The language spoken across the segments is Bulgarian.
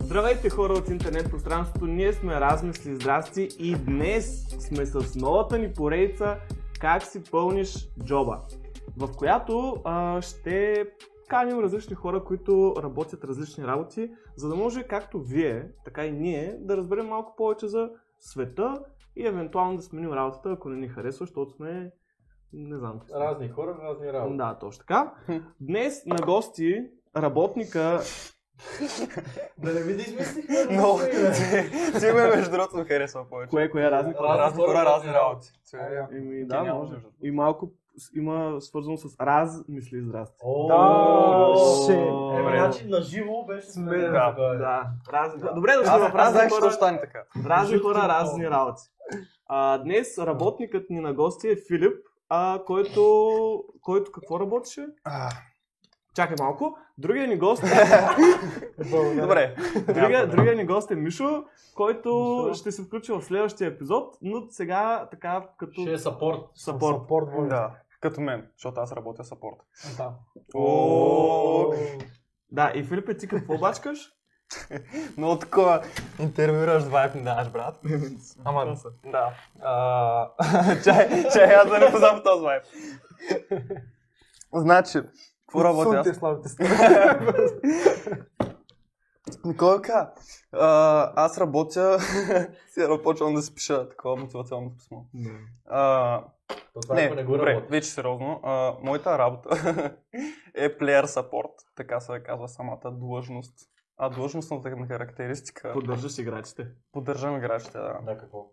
Здравейте хора от интернет пространството, ние сме Размисли Здрасти и днес сме с новата ни поредица Как си пълниш джоба, в която а, ще каним различни хора, които работят различни работи, за да може както вие, така и ние да разберем малко повече за света и евентуално да сменим работата, ако не ни харесва, защото сме не знам. какви сме. Разни хора, разни работи. Да, точно така. Днес на гости работника Да не видиш мисли? Много. Ти ме между другото ми харесва повече. кое кое е разни хора. Разни хора, разни работи. Е, Еми, да, Гениално, може. между И малко с- има свързано с раз, мисли, здрасти. Да, ще. Е, значи на живо беше сменено. Да, тогава. Да, разни. Добре дошли Аз в аз разни знаех, че хора, ще стане така. разни хора, разни работи. А, днес работникът ни на гости е Филип, а, който, който какво работеше? Чакай малко. Другия ни гост е. Добре. Другия, другия ни гост е Мишо, който ще се включи в следващия епизод, но сега така като Ще е сапорт. сапорт. Да. Като мен, защото аз работя сапорт. Да. О, Да, и Филипе, ти какво бачкаш? Много такова. Интервюираш вайп ми даваш, брат. Ама, да. А, Чай, чай, аз да не познавам този вайп. Значи, какво работя аз? слабите Николка, а, аз работя, сега почвам да си пиша такова мотивационно писмо. А, То това не, ако не го добре, работи. вече сериозно. А, моята работа е player support, така се казва самата длъжност. А длъжностната характеристика. Поддържаш играчите. Поддържам играчите, да. Да, какво?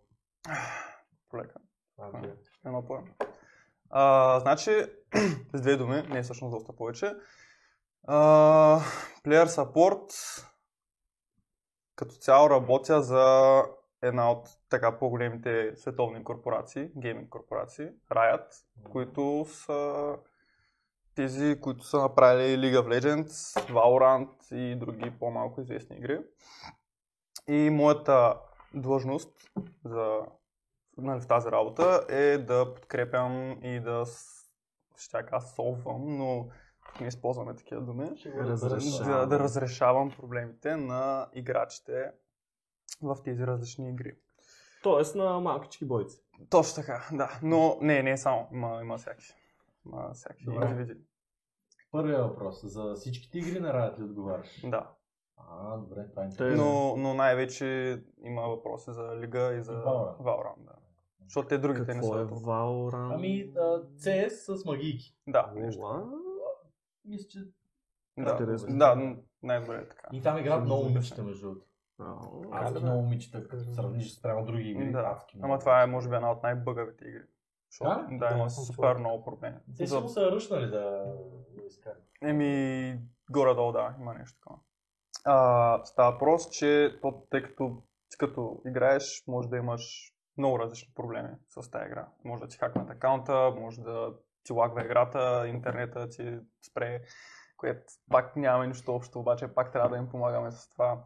Полека. А, добре. Едно по а, Значи, с две думи, не всъщност доста повече. А, player support като цяло работя за една от така по-големите световни корпорации, гейминг корпорации, Riot, които са тези, които са направили League of Legends, Valorant и други по-малко известни игри. И моята длъжност за нали, в тази работа е да подкрепям и да с- ще така солвам, но не използваме такива думи. Ще го Разрешавам. Да, да разрешавам проблемите на играчите в тези различни игри. Тоест на малкички бойци. Точно така, да. Но не, не само. Има, има всякакви. Има всякакви Добре. индивиди. Първият въпрос. За всичките игри на Riot ли отговаряш? Да. А, добре, това е Е, интересно. Но, но най-вече има въпроси за Лига и за И Valorant. Valorant. да. Защото те другите не Какво е са. Valorant? Ами, а, CS с магийки. Да, нещо. Уа. Мисля, че... Да, Интересно. да, н- най-добре е така. И там играят много момичета, между другото. Ау. Адски да. много момичета, като сравниш спрямо други игри. Да. адски много. Ама това е, може би, една от най-бъгавите игри. Защото, Да? да, Да, има съм супер чувал. много проблеми. Те За- ще му са ръчнали да да изкарат. Еми, горе-долу, да, има нещо такова. А, става въпрос, че то, тъй като, ти като играеш, може да имаш много различни проблеми с тази игра. Може да ти хакнат акаунта, може да ти лагва играта, интернета ти спре, което пак нямаме нищо общо, обаче пак трябва да им помагаме с това.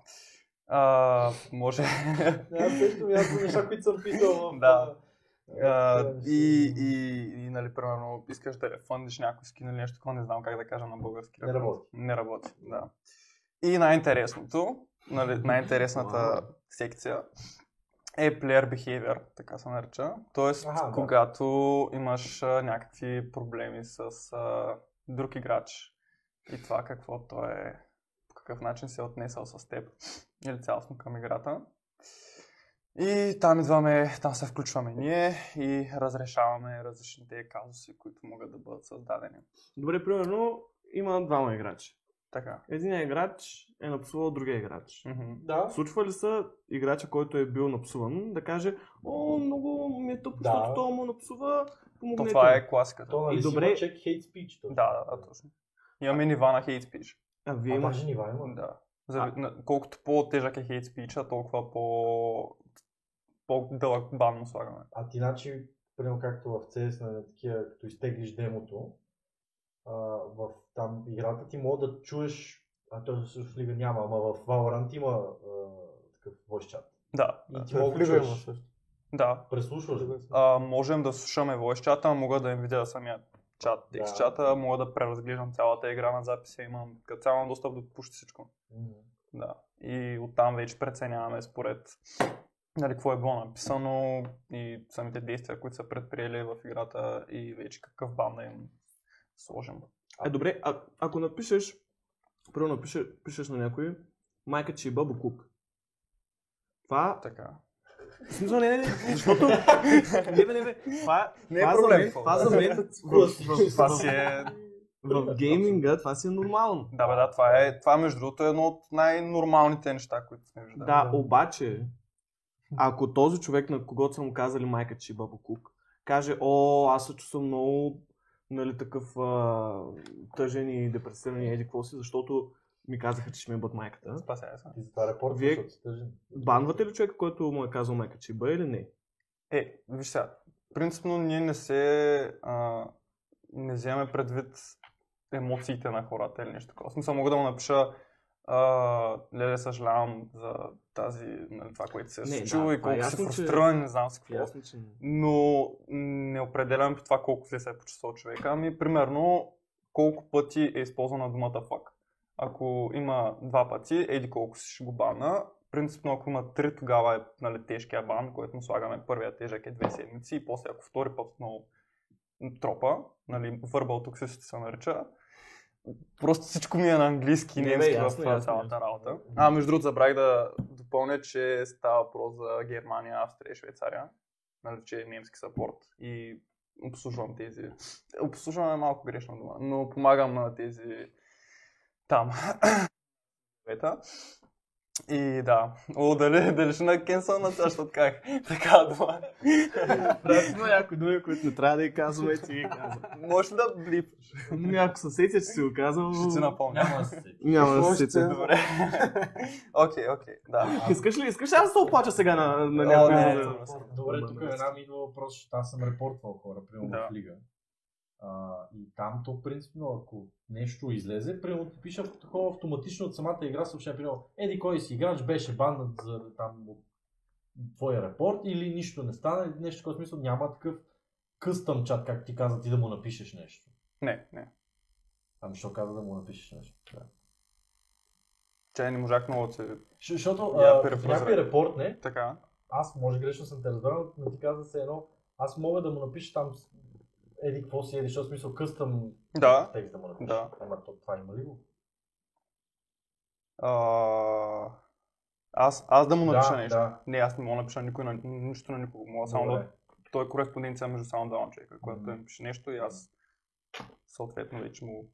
А, може. Аз също мятам неща, които съм писал в... Да. а, А, и, и, и, нали, примерно, искаш да рефандиш някой скин или нещо такова, не знам как да кажа на български. Не работи. Не работи, да. И най-интересното, нали, най-интересната Вау. секция е player behavior, така се нарича. Тоест, Аха, да. когато имаш а, някакви проблеми с а, друг играч и това какво той е, по какъв начин се е отнесъл с теб или цялостно към играта. И там идваме, там се включваме ние и разрешаваме различните казуси, които могат да бъдат създадени. Добре, примерно има двама играчи. Така. Единият играч е напсувал другия играч. Мгм. Да. Случва ли са играча, който е бил напсуван, да каже, о, много ми е тъпо, Да. защото той му напсува, То помогнете. това ми». е класиката. То нали И си добре- има чек хейт спич. Да, да, да, точно. Имаме нива на хейт спич. А вие Вие имаш. имаш нива, има. Да. За, на- колкото по-тежък е хейт спича, толкова по... по-дълъг бан му слагаме. А ти значи, примерно както в CS, нали, на такива, като изтеглиш демото, а, в там играта ти мога да чуеш, а той всъщност в Лига няма, ама в Valorant има а, такъв voice chat. Да. И ти Да, мога да влизай му чуеш, също. Да. преслушваш го. А, можем да слушаме voice чата, мога да им видя самия чат, Да. текст чата, мога да преразглеждам цялата игра на записа, имам като цяло имам достъп до почти всичко. Мгм. Да. И оттам вече преценяваме според нали, какво е било написано и самите действия, които са предприели в играта и вече какъв бан да им сложим. Е, добре, а, ако напишеш, първо напишеш пишеш на някой, майка, че е бабо кук. Това, Така. в смисъл, не, не, не, защото, не, бе, не, бе, това, Не е това за проблем, мен, това. това за мен, в, в, Това в, си е... в, в гейминга, това си е нормално. Да, бе, да, това е, това между другото е едно от най-нормалните неща, които сме виждали. Да, обаче, ако този човек, на когото са му казали майка, че е бабокук, каже, о, аз се чувствам много нали, такъв а, тъжен и депресиран и еди какво си, защото ми казаха, че ще ми бъд майката. Това сега е сега. Ти за това репорт, Вие- защото си тъжен. Банвате ли човека, който му е казал майка, че бъ или не? Е, виж сега, принципно ние не се... А, не вземаме предвид емоциите на хората или нещо такова. В смисъл мога да му напиша а, леле, съжалявам за тази, нали, това, което се е Не, да, случило и това е колко си ясно, че- фрустриран, не знам си какво. Ясно, че не. но не определям по това колко зле се е почувствал човека. Ами, примерно, колко пъти е използвана думата фак. Ако има два пъти, еди колко си ще го бана. Принципно, ако има три, тогава е нали, тежкия бан, който му слагаме първия тежък е две седмици и после ако втори път отново тропа, нали, verbal toxicity се нарича, Просто всичко ми е на английски и Не, бе, немски ясно, в а, ясно, цялата ясно. работа. А, между другото, забравих да допълня, че става въпрос за Германия, Австрия и Швейцария. Нали, че е немски сапорт и обслужвам тези. Обслужвам е малко грешна дума, но помагам на тези там. Ета. И да, о, дали, дали ще на кенсъл на сега, защото как така дума. Да, има някои думи, които не трябва да ги казваме, ти ги казвам. Може ли да блипаш? Ако се сетя, че си го казал, Ще си напомня. Няма да се сети. няма да Какво се ще- сетя. Добре. Окей, окей, да. Искаш ли, искаш ли аз да се оплача сега на, на О, някой? не, за- не, е. не. Добре, тук е Бъм, една ми идва въпрос, защото аз съм репортвал хора, примерно Да. в лига. А, и там то принципно, ако нещо излезе, примерно ти пише такова автоматично от самата игра съобщение, примерно, еди кой си играч беше банът за там от твоя репорт или нищо не стана, или нещо, което смисъл няма такъв къстъм чат, как ти каза, ти да му напишеш нещо. Не, не. Ами що каза да му напишеш нещо? Да. Че не можах много да се... Щ- Защото Я а, перефразирай. някой репорт, не, Така. аз може грешно съм те разбрал, но ти каза се едно, аз мога да му напиша там с- еди какво си еди, защото в смисъл къстъм Да. текст да му напиша. Да. Ама то, това има ли го? А... Аз, аз да му напиша да, нещо. Да. Не, аз не мога да напиша никой, на- нищо на никого. Мога само да... Добре. Той е кореспонденция между само двама човека, когато Мгм. той ми пише нещо и аз съответно вече му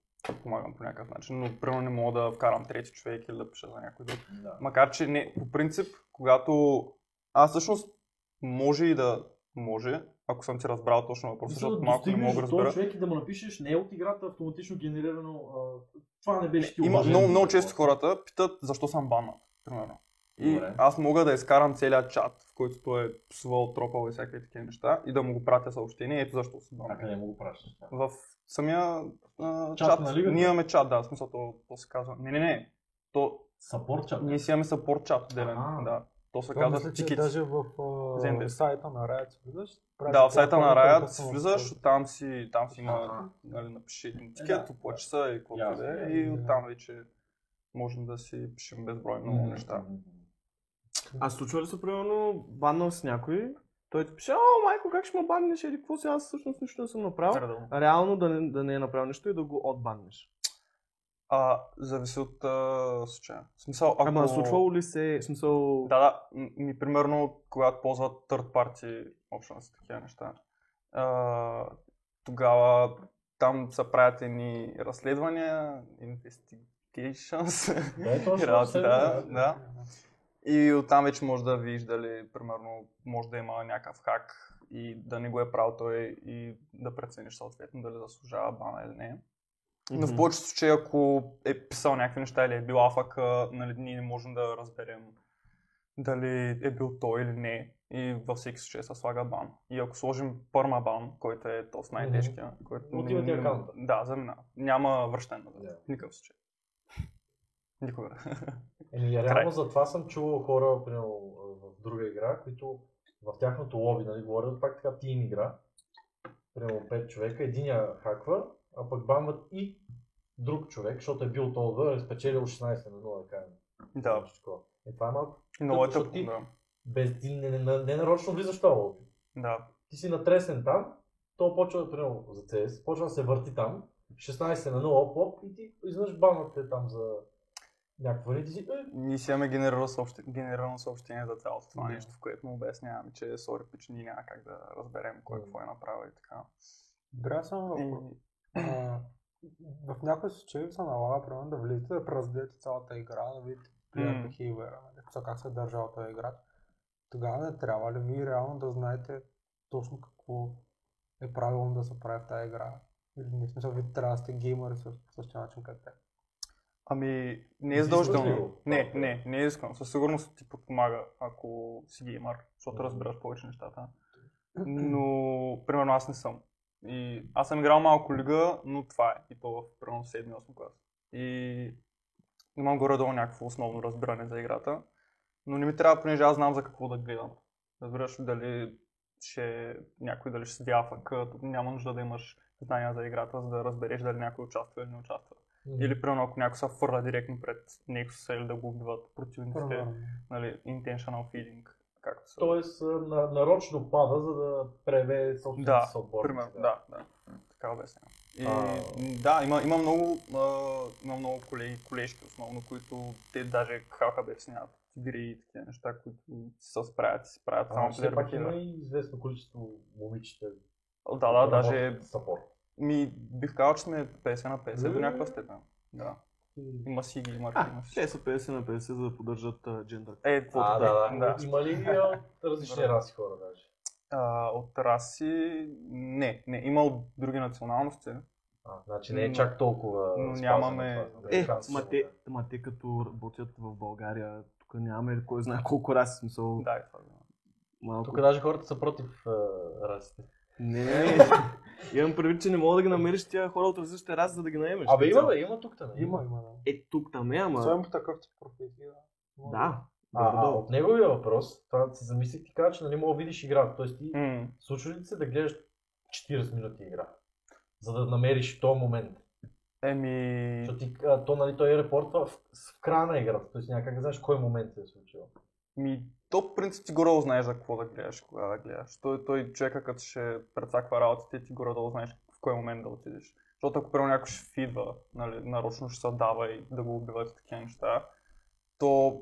помагам по някакъв начин, но примерно не мога да вкарам трети човек или да пиша за някой друг. Да. Макар, че не, по принцип, когато... Аз всъщност може и да може, ако съм ти разбрал точно въпроса, Мисля, да защото малко не достигнеш мога да до този разбера. човек и да му напишеш не е от играта автоматично генерирано. А, това не беше ти. Има уважен. много, много често хората питат защо съм баннат, примерно. И Добре. аз мога да изкарам целият чат, в който той е псувал, тропал и всякакви такива неща и да му го пратя съобщение. Ето защо съм А баннат. къде му го пращаш? това? В самия а, Чат чат, на лигата? ние имаме чат, да, в смисъл то, то се казва. Не, не, не. То, Сапорт чат. ние си имаме съпорт чат, делен. А. Да. То се Това казва мисля, че чикици. даже в Зембия. а, сайта на Riot си влизаш. Да, в сайта на Riot си си влизаш, оттам си, там си има, Аха. Е, нали, напиши един да. тикет, по часа и каквото и Ясно. да е, и оттам вече можем да си пишем безброй много неща. А случва ли се, примерно, баннал с някой, той ти пише, о, майко, как ще ме баннеш, или какво си, аз всъщност нищо не съм направил. Реално да не, да не е направил нищо и да го отбаннеш. А, зависи от а, случая. В смисъл, ако... Ако... Ама случвало ли се, в смисъл, Да, да, м- ми примерно, когато ползват third party options, такива неща, а, тогава там са правят едни разследвания, investigations, Да, е точно. Работи, все да, едно, да. И оттам вече може да видиш дали, примерно, може да има някакъв хак и да не го е правил той и да прецениш съответно дали заслужава бана или не. Но в Мгм. повечето случаи, ако е писал някакви неща или е бил афак, а, нали, ние не можем да разберем дали е бил той или не. И във всеки случай се слага бан. И ако сложим пърма бан, който е този най-тежкия, който Отива ти няма- акаунта. Да, заминава. Няма връщане назад. Да. В никакъв случай. Никога. Еми, Край. реално за това съм чувал хора, примерно, в друга игра, които в тяхното лоби, нали, говорят пак така тим игра, примерно 5 човека, единия хаква, а пък бамват и друг човек, защото е бил толкова, е спечелил 16 на 0, да кажем. Да. Нещо такова. Е, това е малко. И Много е Защото тъпо, ти- да. Без, ти не, не, не, не нарочно влизаш в това лоби. Да. Ти си натресен там, то почва, примерно, за CS, почва да се върти там, 16 на 0, оп, оп, и ти изведнъж банът е там за някаква ред и си, е, Ние си имаме генерирано съобщение, генерирано съобщение за цялото това Да. нещо, в което му обясняваме, че сори, пич, ние няма как да разберем кой Да. какво е направил и така. Добре, само е, И, въпрос. А, в някои случаи ви се налага, примерно, да влизате, да преразгледате цялата игра, да видите Мм. player behavior, нали, то как се е държал този играч. Тогава не трябва ли вие реално да знаете точно какво е правилно да се прави в тази игра? Или не в смисъл, вие трябва да сте геймъри също по същия начин като те. ами, не е Изискваш ли задължително. го? Не, Да. не, не е искам. Със сигурност ти подпомага, ако си геймър, защото Мгм. разбираш повече нещата. Но, примерно, аз не съм. И аз съм играл малко лига, но това е. И то в примерно 7-8 клас. И имам горе-долу някакво основно разбиране за играта. Но не ми трябва, понеже аз знам за какво да гледам. Разбираш ли дали ще някой дали ще седи афък, тук няма нужда да имаш знания за играта, за да разбереш дали някой участва или не участва. Или примерно ако някой се фърля директно пред Nexus или да го убиват противниците, Примерно. нали, intentional feeding, както се Тоест, а, на, нарочно пада, за да преве собствените Да, си отборници, Примерно, да, да. Така обяснявам. И, А. Да, има, има много, а, има много колеги, колежки основно, които те даже хаха да обясняват игри и такива неща, които се справят и се правят А, само все плеер пак има бихевиър. и известно количество момичета. Да, да, които даже работят Сапор. ми бих казал, че сме 50 на 50 до Е. някаква степен. Да. Има си ги, има А, има си. те са 50 на 50, за да поддържат а, джендър. Е, А, каквото да, е, да. Има ли а, различни Добре. раси хора даже? А, от раси, не, не, има от други националности. А, значи не е Но- чак толкова. но спазено нямаме- това, Е, да, ма те, ма те като работят в България, тук нямаме кой знае колко раси, смисъл Да, и това. е го има. малко. Тук даже хората са против а, расите. Не, не, не. Имам предвид, че не мога да ги намериш тия хора от различните раси, за да ги наемеш. Абе, Ами има, бе, има тук нали? там. Има, има, да. Е, тук там е, ама... Особено по такъв тип професии, да. Може Да. А, а, горе-долу. от неговия въпрос, това си замислих ти кажа, че нали мога да видиш играта. Тоест ти М, случва ли ти се да гледаш 40 минути игра, за да намериш този момент? Еми, Защото ти, а, то, нали, той репортва в, в края на играта, т.е. някак не знаеш кой момент се е случил. Ми, то по принцип ти горе знаеш за какво да гледаш, кога да гледаш. Той, той човека, като ще прецаква работите, ти горе знаеш в кой момент да отидеш. Защото ако прямо някой ще фидва, нали, нарочно ще се дава и да го убиват и такива неща, то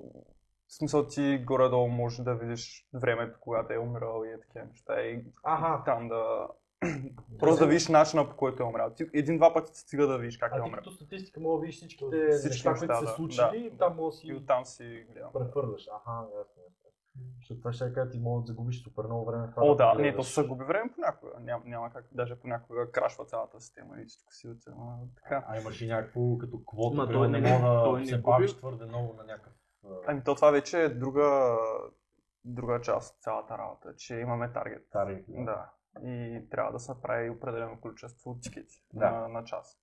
в смисъл ти горе-долу можеш да видиш времето, когато е умирал и е такива неща. И Аха, там да... Просто да видиш начина по който е умрял. Ти един-два пъти ти стига да видиш как е а ти умрял. като статистика мога да видиш всичките Всички неща, които неща, са да, се случили, да. и там мога да И си оттам си гледам. прехвърляш. Аха, ясно. ясно. Защото това ще я кажа, ти мога да загубиш супер много време в това. О, да, не, гледаш. то се губи време понякога. Няма, няма как, даже понякога крашва цялата система и всичко си отива. а, Така. А имаш и някакво като квота, Ма, примерно, той не не- той мога да не се губи. бавиш твърде много на някакъв... а, Ами то това вече е друга, друга част от цялата работа, че имаме таргет. Таргет, да. Да. И трябва да се направи определено количество тикети Да. на, на час.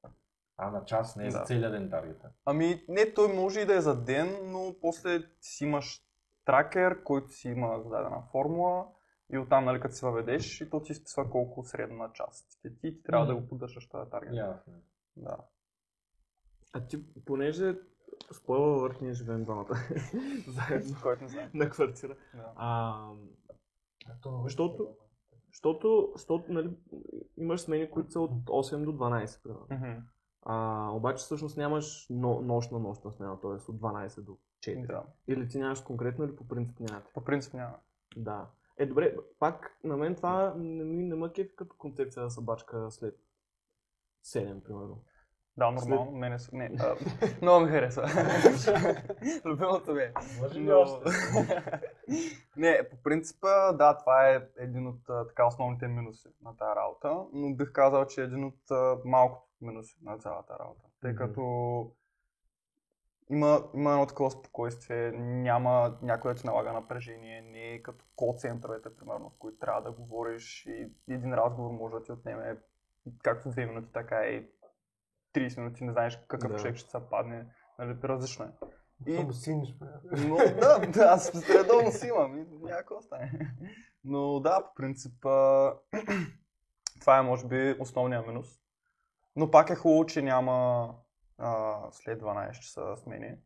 А на час не е за Да. целия ден таргета. Ами не, той може и да е за ден, но после си имаш тракер, който си има зададена формула и оттам, нали, като си въведеш, и то ти изписва колко средно на час тикети и ти трябва да го поддържаш този таргет. Ясно. Да. А ти, понеже... Спойла върх, ние живеем двамата. Заедно. Който не знае. На квартира. Да. А, То- Защото, защото, защото нали, имаш смени, които са от 8 до 12, примерно. Мгм. А, обаче всъщност нямаш но, нощна нощна смена, т.е. от 12 до 4. Да. Или ти нямаш конкретно, или по принцип нямате. По принцип няма. Да. Е, добре, пак на мен това не, ми- не ме кефи като концепция да се бачка след 7, примерно. Да, нормално. Мене са... Не, а, много ми хареса. Любимото ми е. Може ли Но- още? не, по принципа, да, това е един от а, така основните минуси на тази работа, но бих казал, че е един от а, малкото минуси на цялата работа. Тъй Мгм. като има, има едно такова спокойствие, няма някой да ти налага напрежение, не е като кол-центровете, примерно, в които трябва да говориш и един разговор може да ти отнеме както 2 минути, така и 30 минути, не знаеш какъв Да. човек ще се падне, нали, различно е. И Само синиш, бе. но да, да, аз редовно си имам и някакво остане. Но да, по принцип, а, това е може би основният минус. Но пак е хубаво, че няма а, след 12 часа смени.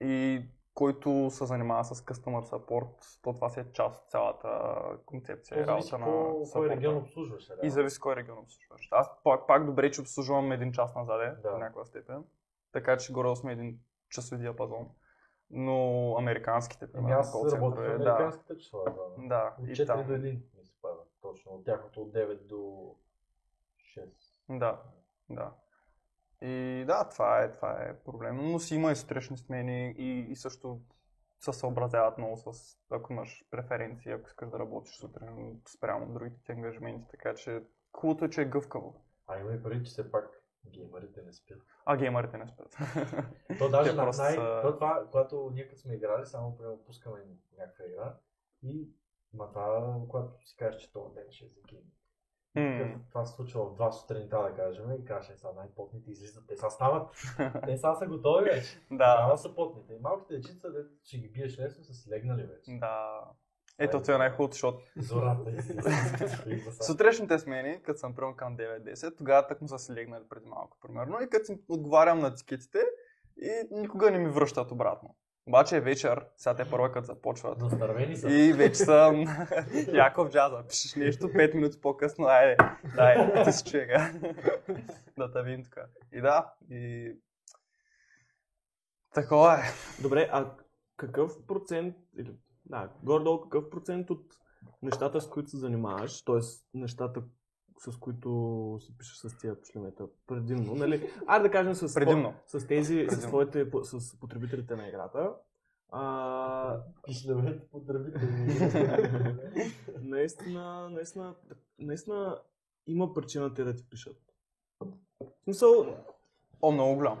И който се занимава с customer support, то това си е част от цялата концепция и То зависи е работа на по кой саппорта. регион обслужваш. реално. И зависи кой регион обслужваш. Аз пак, пак добре, че обслужвам един час назаде, Да. да. в някаква степен. Така че горе сме един часови диапазон. Но американските, Ами примерно, аз call работя в центрове, да. американските е числа. да. Да, От и 4 там. до 1 ми се пада. Точно. От тяхното от 9 до 6. Да, да. И да, това е, това е проблем. Но си има и сутрешни смени и, и също се съобразяват много с, ако имаш преференции, ако искаш да работиш сутрин спрямо другите ти ангажименти, така че хубавото е, че е гъвкаво. А има и преди, че все пак геймерите не спят. А геймерите не спят. То даже Те на просто най... са- То това, когато ние като сме играли, само примерно пускаме някаква игра и Ма това, когато си кажеш, че този ден ще е за гейм. М. Това се случва в 2 сутринта, да кажем, и кажеш, е, сега най-потните излизат, те сега стават, те сега са готови вече. Да, Тогава са потните. И малките дечица, де ще ги биеш лесно, са си легнали вече. да. Ето, това е най-хубавото, защото Зората излиза. Сутрешните смени, като съм примерно към 9-10, тогава так му са си легнали преди малко, примерно, и като им отговарям на тикетите и никога не ми връщат обратно. Обаче е вечер, сега те първо като започват. Настървени са. И вече съм Яков Джаза. Пишеш нещо 5 минути по-късно. Айде, дай, ти си човека. да те видим тук. И да, и... Такова е. Добре, а какъв процент, или, да, горе-долу какъв процент от нещата, с които се занимаваш, т.е. нещата, с които си пишеш с тия пошлемета предимно, нали? Айде да кажем с, Предимно. с тези, с Предимно. своите, по- с потребителите на играта. А, Пишлемете поздравителни. наистина, наистина, наистина има причина те да ти пишат. В смисъл, О, много голям.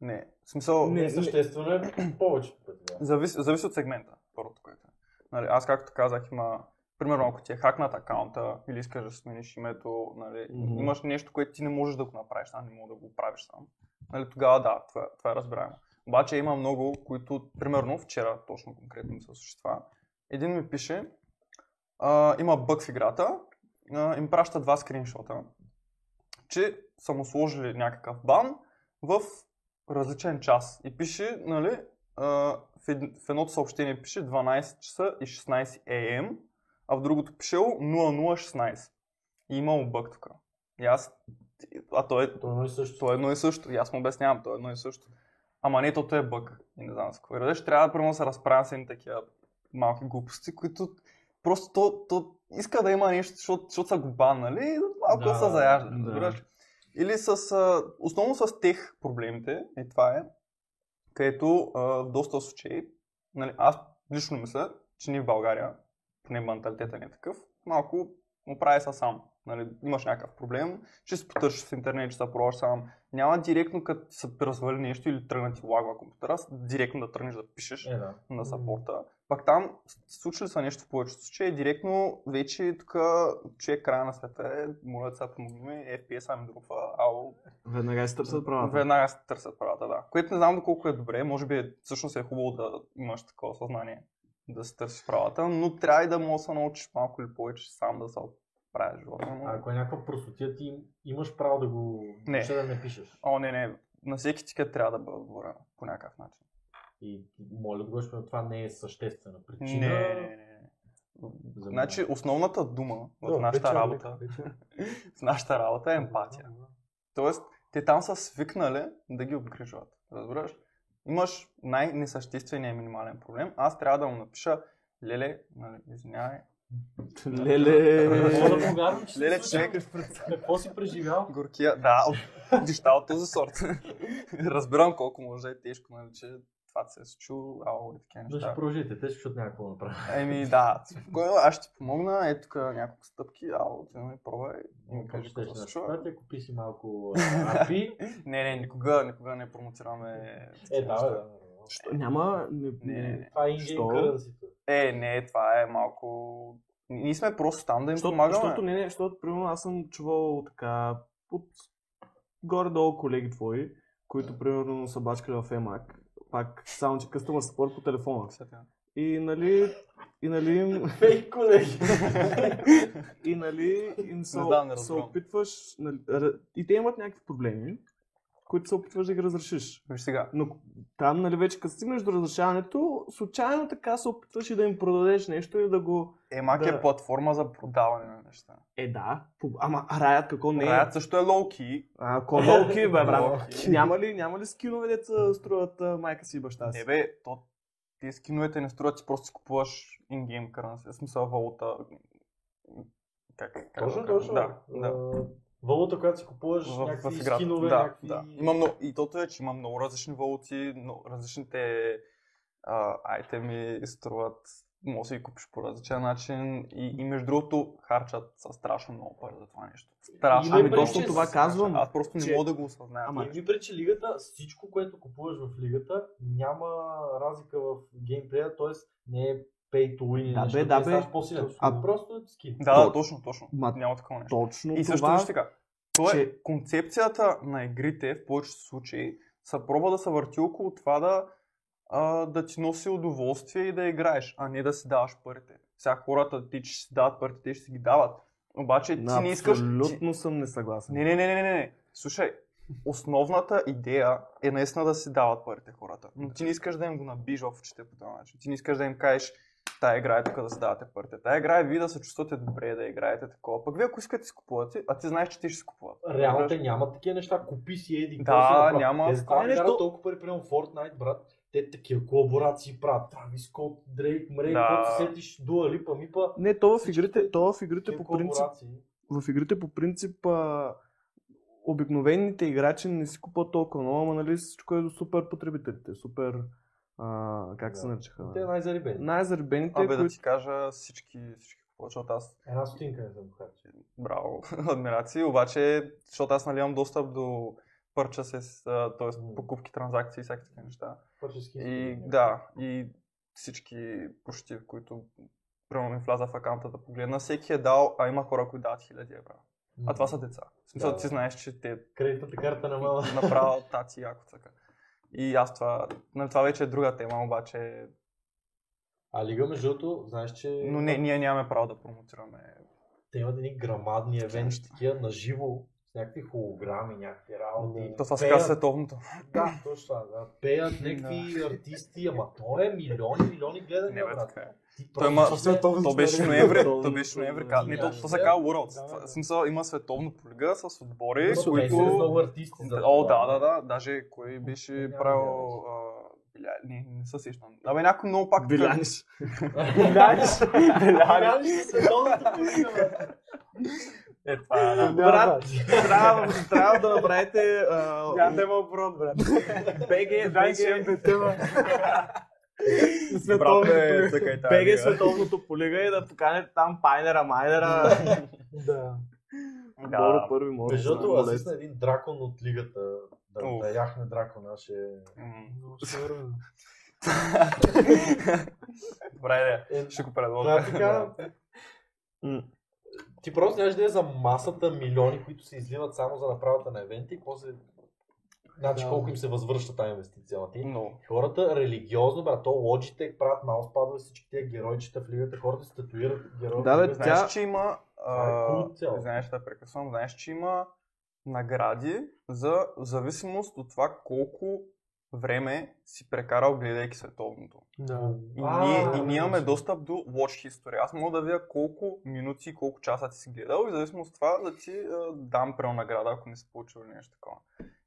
Не, в смисъл... Не, Не, съществено е повечето пъти. да. Зависи, зависи от сегмента, първото, което е. Нали, аз, както казах, има... Примерно, ако ти е хакнат акаунта или искаш да смениш името, нали, Мгм. имаш нещо, което ти не можеш да го направиш, а не мога да го правиш сам. Нали, тогава да, това, това е разбираемо. Обаче има много, които, примерно, вчера точно конкретно ми се случи това. Един ми пише, а, има бък в играта, а, им праща два скриншота, че са му сложили някакъв бан в различен час. И пише, нали, а, в, ед, в едното съобщение пише 12 часа и 16 AM, а в другото пишело 0016. И имало бък тук. И аз, а той е То е едно и също. то е едно и също. И аз му обяснявам, то е едно и също. Ама не, тото е бък. И не знам с какво. Радеш, трябва да примерно да се разправя с едни такива малки глупости, които просто то, то иска да има нещо, защото, защото са го баннали и малко Да, да, се заяжда. да. Да. Или с, а, основно с тех проблемите, и това е, където а, в доста случаи, нали, аз лично мисля, че ние в България, поне менталитета не е такъв, малко му прави са сам. Нали, имаш някакъв проблем, ще се потърсиш в интернет, ще се пробваш сам. Няма директно, като се развали нещо или тръгна ти лагва компютъра, с- директно да тръгнеш да пишеш Е, да. на Мгм. сапорта. Пак там с- случи ли се нещо в повечето случаи, директно вече тук, че е края на света, е, моля да се помогни, FPS ами друга, ало, веднага се търсят правата. веднага се търсят правата, да. Което не знам доколко е добре, може би е- всъщност е хубаво да имаш такова съзнание, да се търсиш правата, но трябва и да мога да се научиш малко или повече сам да се правиш живота. но- А ако е някаква просотия, ти им- имаш право да го... Не. Ще да не пишеш. О, не, не, на всеки тикет трябва да бъде отговорено по някакъв начин. И моля да Господи, това не е съществена причина. Не, не, не. не. За мен. Значи основната дума в Да, нашата вечер, е работа, вечер. в нашата работа е емпатия. Тоест, те там са свикнали да ги обгрижват. Разбираш? Имаш най-несъществения минимален проблем. Аз трябва да му напиша, леле, нали, извинявай, Леле! Мога да повярвам, че Леле, се случва. човек. Какво си преживял? горкия, да, от- неща от този сорт. Разбирам колко може да е тежко, нали, че това ти се е случило, ало и такива Да ще неща. продължите, те ще някакво направят. Еми да, спокойно, аз ще ти помогна, ето тук няколко стъпки, ало, ти ми пробвай и ми Е, кажи какво се случва. Ще ако писи Е, малко а, API. Не, не, никога, никога не промотираме Е, такива да, неща. бе, да. Що, няма... Не, Не, не, не. Това е ингейм Що? currency. Е, не, това е малко... Ние сме просто там да им Защото, помагаме. защото, не, не, защото, примерно, аз съм чувал така от горе-долу колеги твои, които, примерно, са бачкали в EMAC, пак само, че customer support по телефона. И, нали, и, нали, им- Фейк колеги. и, нали, им се, Не знам, не се разбирам. опитваш, нали, р- и те имат някакви проблеми, които се опитваш да ги разрешиш. Виж сега. Но там, нали, вече като стигнеш до разрешаването, случайно така се опитваш и да им продадеш нещо и да го... Емак Да. е платформа за продаване на неща. Е, да. по- Ама раят какво не е? Riot също е лоуки. А, колоки, бе, брат. Лоуки. няма, ли, няма ли скинове, деца струват а, майка си и баща си? Не бе, то ти скиновете не струват, ти просто си купуваш ингейм currency, в смисъл валута. Как, как да Точно, го кажа? точно. Да, А, да. Валута, която си купуваш, В- някакви в играта. скинове, да, някакви... да. Има много, и тото е, че има много различни валути, но различните а, айтеми струват, може да си ги купиш по различен начин и, и между другото харчат са страшно много пари за това нещо. Страшно. Ами Има много точно че- това се казвам. харчат. Аз просто не че- мога да го осъзная. Ама, Ама, ами, ми пречи лигата, всичко, което купуваш в лигата, няма разлика в геймплея, т.е. не е pay to win. Да, нещо, бе, да, ти ставаш бе. По-силен. А- А, просто е скин. Да, То- да, точно, точно. Ма- Няма такова нещо. Точно И също това... виж така. То е, че- концепцията на игрите в повечето случаи са проба да се върти около това да, а, да ти носи удоволствие и да играеш, а не да си даваш парите. Сега хората, ти ще си дават парите, те ще си ги дават. Обаче ти На не искаш... Ти... Абсолютно съм несъгласен. Не, не, не, не, не, не, не. Слушай, основната идея е наистина да си дават парите хората. Но ти не искаш да им го набиш в очите по този начин. Ти не искаш да им кажеш, тая игра е тук да си давате парите. Тая игра е вие да се чувствате добре да играете такова. Пък вие ако искате си купувате, а ти знаеш, че ти ще си купуват. Реално Разбираш? те нямат такива неща. Купи си еди. Да, какво си направи. няма. Те Това е затова не нещо- карат толкова пари, примерно Fortnite, брат. Те такива колаборации правят. Ами, Травис Скот, Дрейк, Мрей, Да. да. се сетиш, Дуа Липа, Мипа. Не, то в игрите, то в игрите Те по принцип, колаборации. в игрите по принцип а, обикновените играчи не си купуват толкова много, ама нали всичко е до супер потребителите, супер а, как се Да. наричаха? Те най-зарибени. Най-заребените, Абе, да които... ти кажа всички, всички купуват, защото аз, Една стотинка не съм похарчил. браво, адмирации, обаче, защото аз нали имам достъп до пърча с, а, т.е. М. покупки, транзакции и всякакви такива неща. Пърше скин. И да, и всички почти, които примерно ми вляза в акаунта да погледна, всеки е дал, а има хора, които дават хиляди евро. А това са деца. В смисъл, Да, ти да. знаеш, че те Кредитната карта на мама. направо тати яко цъка. И аз това, нали, това вече е друга тема, обаче, А Лига, между другото, знаеш, че но не, ние нямаме право да промотираме те имат едни грамадни евенти, неща. такива на живо, с някакви холограми, някакви работи. То това се Пеят- казва световното. Да, точно това. да. Пеят някакви артисти, ама то е милиони, милиони Не, гледания, бе, брат. така е. Ти Той просто има- не се- То беше ноември, то Световно, беше ноември, да. ка- не, то, то се казва Worlds. Това- В смисъл има световна полига с отбори, Просто те са които... много артисти за О, да, това. е. да, да, даже кой беше Няма правил... а, Биля... Не, не се сещам. Абе, някой много пак... Биляниш. Биляниш. Биляни. Биляниш е световната полига, брат. Е, това е, да. Брат, трябва, трябва да направите а, Няма да има оборот, брат. БГ, Дай ще БГ, имам дете, бе. Брат, световното е, полига. цъкай тази БГ лига. световното полига и да поканете там Пайнера, Майнера, Да. Да. Боро първи може. Между другото, да, аз на един дракон от лигата. Да, Уф. да яхме дракона, ще... М. Много сигурно. Добра Е, идея. Ще го предложа. Да, така. М. Ти просто нямаш да е за масата милиони, които се изливат само за направата на евента и после... Значи Да. колко им се възвръща тази инвестиция. Ама ти Но. Хората религиозно, брат, то Logitech правят маус всички тези геройчета в лигата, хората се татуират герои. Да, бе, Лигата. тя- Знаеш, че има... Това е а, кул цяло. Знаеш, да прекъсвам. Знаеш, че има награди за в зависимост от това колко време си прекарал гледайки световното. Да. И, А, ние, и да, ние да, имаме да. достъп до Watch History. Аз мога да видя колко минути, колко часа ти си гледал и в зависимост от това да ти а, дам прел награда, ако не си получил или нещо такова.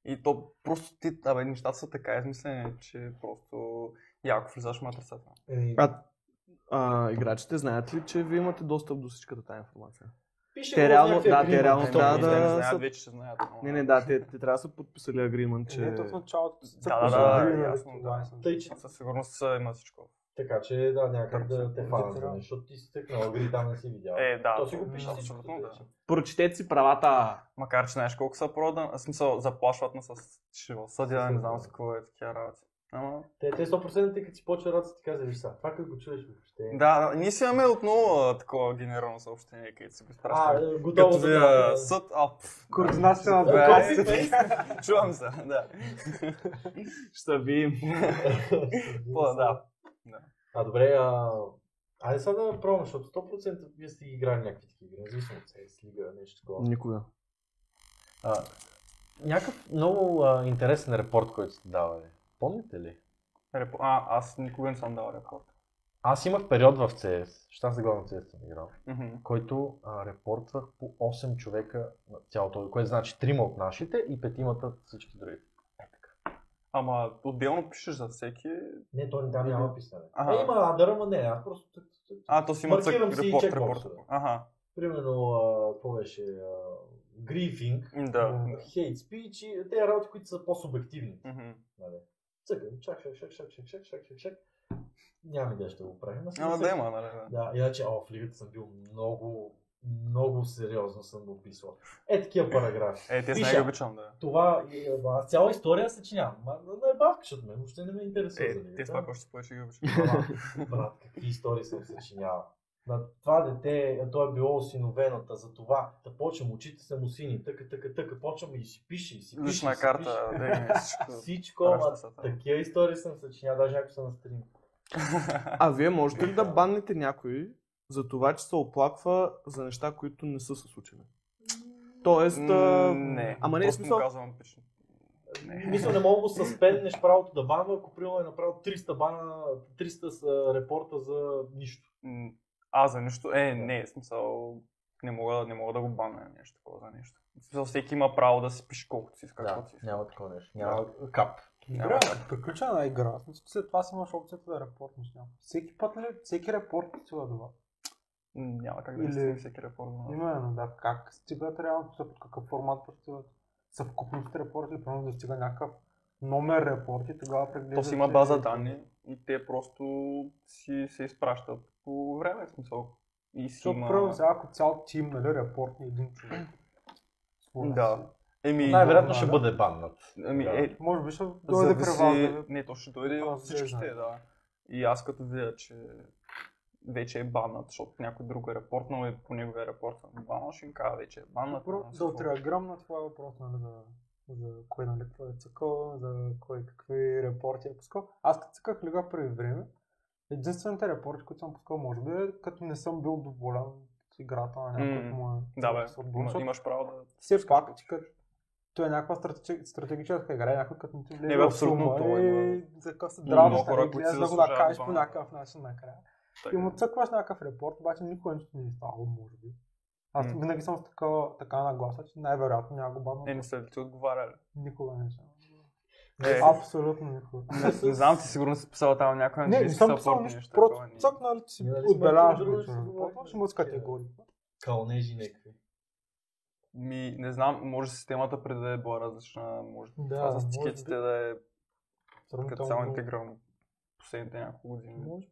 И то просто ти, абе, нещата са така измислени, че просто яко влизаш в матрицата. Еми, А, а, играчите знаят ли, че вие имате достъп до всичката тази информация? пише те го в реално- някакви да, агримент, те реално то трябва Те не Е, да- не знае. са- знаят вече, че знаят. но- Не, не, да, те, те трябва да са подписали агримент, че... Ето в началото се Да, да, да, познаваме, да, нали, ясно, това да. е съм. Тъй, че... Със сигурност а, има всичко. Така че, да, някак Първо да се те подписал. фанат, защото ти си тъкнал гри, там не си видял. Е, да. То си го пише всичко, Абсолютно, да. тъй, че. Прочетете си правата! Макар, че знаеш колко са продан, в смисъл заплашват ме с шива. Съдя, не знам с какво е такива работи. Ама, Те, те 100% ти като си почва работа, ти казваш, сега, това като го чуеш въобще. е Да, да, ние си имаме отново а, такова генерално съобщение, където се А, безпращаме. е, готово Като за за а, съд, а, пф, Координацията на да. две. Да, Чувам се, да. Ще ви... По, да. А, добре, а... Айде сега да пробвам, защото 100% вие сте играли някакви такива игри, независимо от CS, лига, нещо такова. Никога. А, Някакъв много а, интересен репорт, който сте давали. Помните ли? Репо... А, аз никога не съм дал репорт. Аз имах период в CS, щас за главно CS съм играл, Мгм. който а, репортвах по 8 човека на цялото, което значи 3 от нашите и 5 от всички други. Е така. Ама отделно пишеш за всеки. Не, той там няма писане. Ага. Е, има адър, ама не, аз просто... тук- тук- А, то си има цък Маркирам си и репорт, чекбоксове. репорт. Ага, Примерно, а, какво беше? а, Грифинг, М, да. хейт спич и тези работи, които са по-субективни. Мгм. Нали? Цъкам, чак, чак, чак, чак, чак, чак, чак, чак, чак. Няма идея ще го правим. аз Ама мисля- да има, нали? да. Да, иначе, о, в лигата съм бил много, много сериозно съм го писал. Е, такива параграфи. Е, те са Пиша. най обичам, да. Това е, а, цяла история съчинявам. Ма, на е бавкаш от мен, въобще не ме интересува. за Е, лигата. те с пак още повече ги обичам. Ама, брат, какви истории съм съчинявал. На това дете, а, то е било осиновената, за това да почвам, очите са му сини, тъка, тъка, тъка, почвам и си пише, и си пише. и Лична си карта, пише. да има всичко. Всичко, Праща ама, се там. такива истории съм съчинявал, даже ако съм на стрим. А вие можете ли да баннете някой за това, че се оплаква за неща, които не са се случили? Тоест, а... М, Не, ама не е просто му смисъл, казвам пич. Не. Мисля, не мога да суспенднеш правото да банва, ако примерно е направил 300 бана, 300 с, а, репорта за нищо. М, А, за нищо. Е, не, в смисъл. Не мога, не мога да го баня нещо такова за нещо. В смисъл, всеки има право да си пише колкото си иска, Да, каквото си иска. няма такова нещо. Няма кап. Игра, приключена една игра. След това си имаш опцията да репортнеш някой. Всеки път ли, всеки репорт си го дава. М, Няма как да Или- изтегли всеки реформа. Именно, да. Как стигат реално, под какъв формат постигат съвкупност репорт или примерно достига някакъв номер репорт и тогава То преглеждат. си има тези- база данни и те просто си се изпращат по време, в смисъл. И си Защото има... първо сега, ако цял тим, нали, репортни един човек. според Да. Ами, Еми, Най-вероятно да, ще да. бъде баннат. Ами, Да. е, си. Може би ще за дойде да при вас. си... да ви- Не, то ще дойде Това от всичките, разглеждане. да. И аз като видя, че вече е банът, защото някой друг е репортнал и по неговия репорт съм банал, ще им кажа, вече е банът. Първо няма Да какво. отреагирам на това въпрос, нали, за, за кой нали, кой е цъкал, за кой какви репорти е пускал. Аз като цъках лига преди време, единствените репорти, които съм пускал, може би, е като не съм бил доволен от играта на някой М, mm. му е Да, бе, с отбор, има- защото имаш право да... Все пак, ти като то е някаква стратеги- стратегическа игра, някой като не ти влезе Не, бе, абсолютно, филма то има- и за къса Има дравиш, много хора, нали, които гледаш си да го заслужават накажеш по бана. някакъв начин накрая. така И му е. цъкваш някакъв репорт, обаче никога нищо не е ставало, може би. Аз М. винаги съм с такава, така нагласа, че най-вероятно няма го бавно. Е, не са ли ти отговаряли? Никога не съм. Е, Абсолютно никога. не, не знам, ти сигурно си писал там някоя Не, не английски съм писал сапорт, нищо, нещо Е, такова, просто не. цъкнали ти си Ние нали сме отбеляваш друго да си вече. говорим? Ще му с категории. Кълнежи някакви. Ми, не знам, може системата преди да е била различна, може Да, това с може тикетите би. да е като цяло Сравнително. интегрално последните няколко години. Може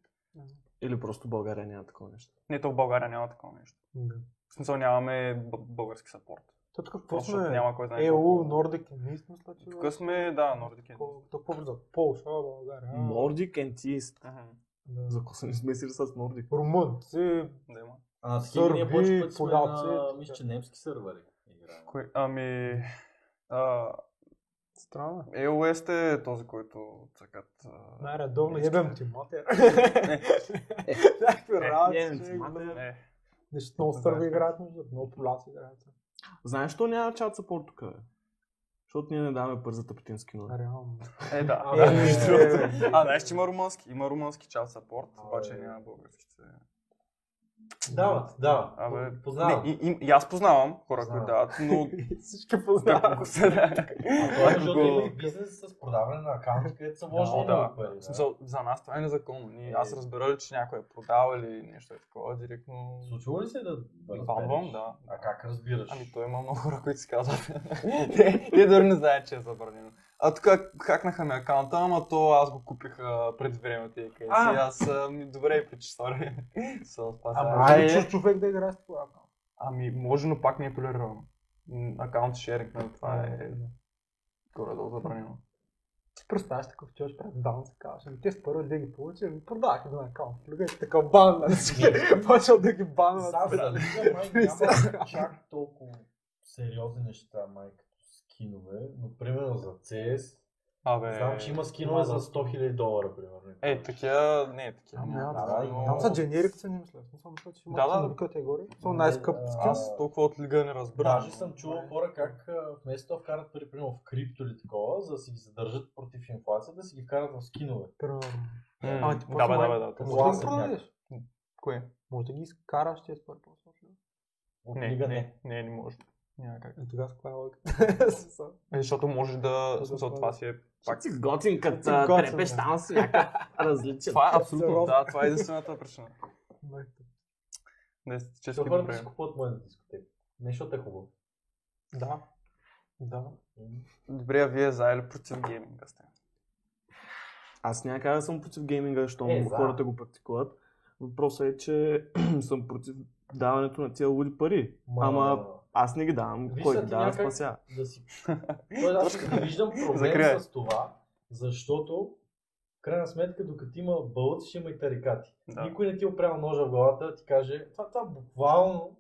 или просто България няма такова нещо. Не, то в България няма такова нещо. Да. В смисъл нямаме б- български сапорт. То тук какво Просто сме? няма кой знае. Е, ЕУ, колко. Нордик, Енис, е мисля, че... Тук сме, да, Нордик е. Тук по-близо. Полша, България. Nordic and East. Мгм, Да. За какво се не смесили с Nordic? Румънци, Да има. А на Сърби, такива ние повече пъти сме поляци, на, така. мисля, че немски сървъри играем. Кой, ами... А, страна. EOS -те е този, който цъкат. а, Най-редовно, немските. ебем ти, матер. Не, Някакви Е, ебем работи, ти, че- матер. не. Нещо много сърби играят, между другото, много поляци играят. Знаеш, що няма чат сапорт тук, бе? Защото ние не даваме пари за тъпотински номер. Реално. Е, да. А, да, е, между е, другото. е. А, знаеш, че има румънски. Има румънски чат сапорт, А, обаче е. няма българските. Дават, да. Абе, познавам. Не, и, и, и аз познавам хора, Познавам. които дават, но Всички да, познават. ако се да. Това е, защото има и Ако- бизнес с продаване на акаунти, където са вложени Да, много пари. В смисъл, за нас това е незаконно. Ние, аз Е. разбера ли, че някой е продал или нещо е такова, директно... Случва ли се да разбереш? Валвам, да. А как разбираш? Ами той има много хора, които си казват. Е. те, те дори не знаят, че е забранено. А тук хакнаха ми акаунта, ама то аз го купих а, пред времето и къде А! си. Аз а, ми добре пичи, сори. Съм спасен. Ама Ай, може е. ли чужд човек да играе с това? Ами може, но пак не е толерирано. М, Акаунт шеринг, нали, това е горе-долу забранено. Ти представяш такъв чуеш пред дан, си казваш, ами те с първо да ги получи, ами, ми продах един акаунт. Луга е така банна. Е. Почва да ги банна. Сам за лига, май няма чак толкова сериозни неща, май като скинове, но примерно за CS Абе, Знам, че има скинове за 100 000 долара, примерно. Е, такива, не, такива. Ама няма, няма Ами, да, да, има. Там са дженерик са не мисля. Смисъл, мисля, че има Да, да. ценови категории. Са Не, най-скъп а, скин. Аз толкова от лига не разбирам. Даже съм чувал хора как а, вместо да вкарат пари, примерно в крипто или такова, за да си ги задържат против инфлацията, да си ги вкарат в скинове. Примерно. М, Ама ти Да, после бе, да, май- бе, да. Като Може да ги ласър продадеш. Кое? Може да ги изкараш тези пари после. От Не, лига не, не, не може. Няма как. И тогава с коя е логика? Смисъл. Е, Защото можеш да... Да, Смисъл, да. това си е... Пак си готин, като Ти а, готин, трепеш да. там си някакъв различен. Това е абсолютно. Сериозно. Да, това е единствената причина. Май. Да, Защо честно го хората си правим. купуват моя дискотека? Не, защото е хубаво. Да. Да. Добре, а вие за или против гейминга сте? Аз няма как да съм против гейминга, защото Е, е, за. хората го практикуват. Въпросът е, че съм против даването на тия луди пари. Ма- Ама аз не ги давам. Вижте, Кой ги ти дава, някак- спася. да си. Той аз не виждам проблем Закривай. с това, защото в крайна сметка, докато има бълт, ще има и тарикати. Да. Никой не ти опрял ножа в главата, да ти каже, това, това буквално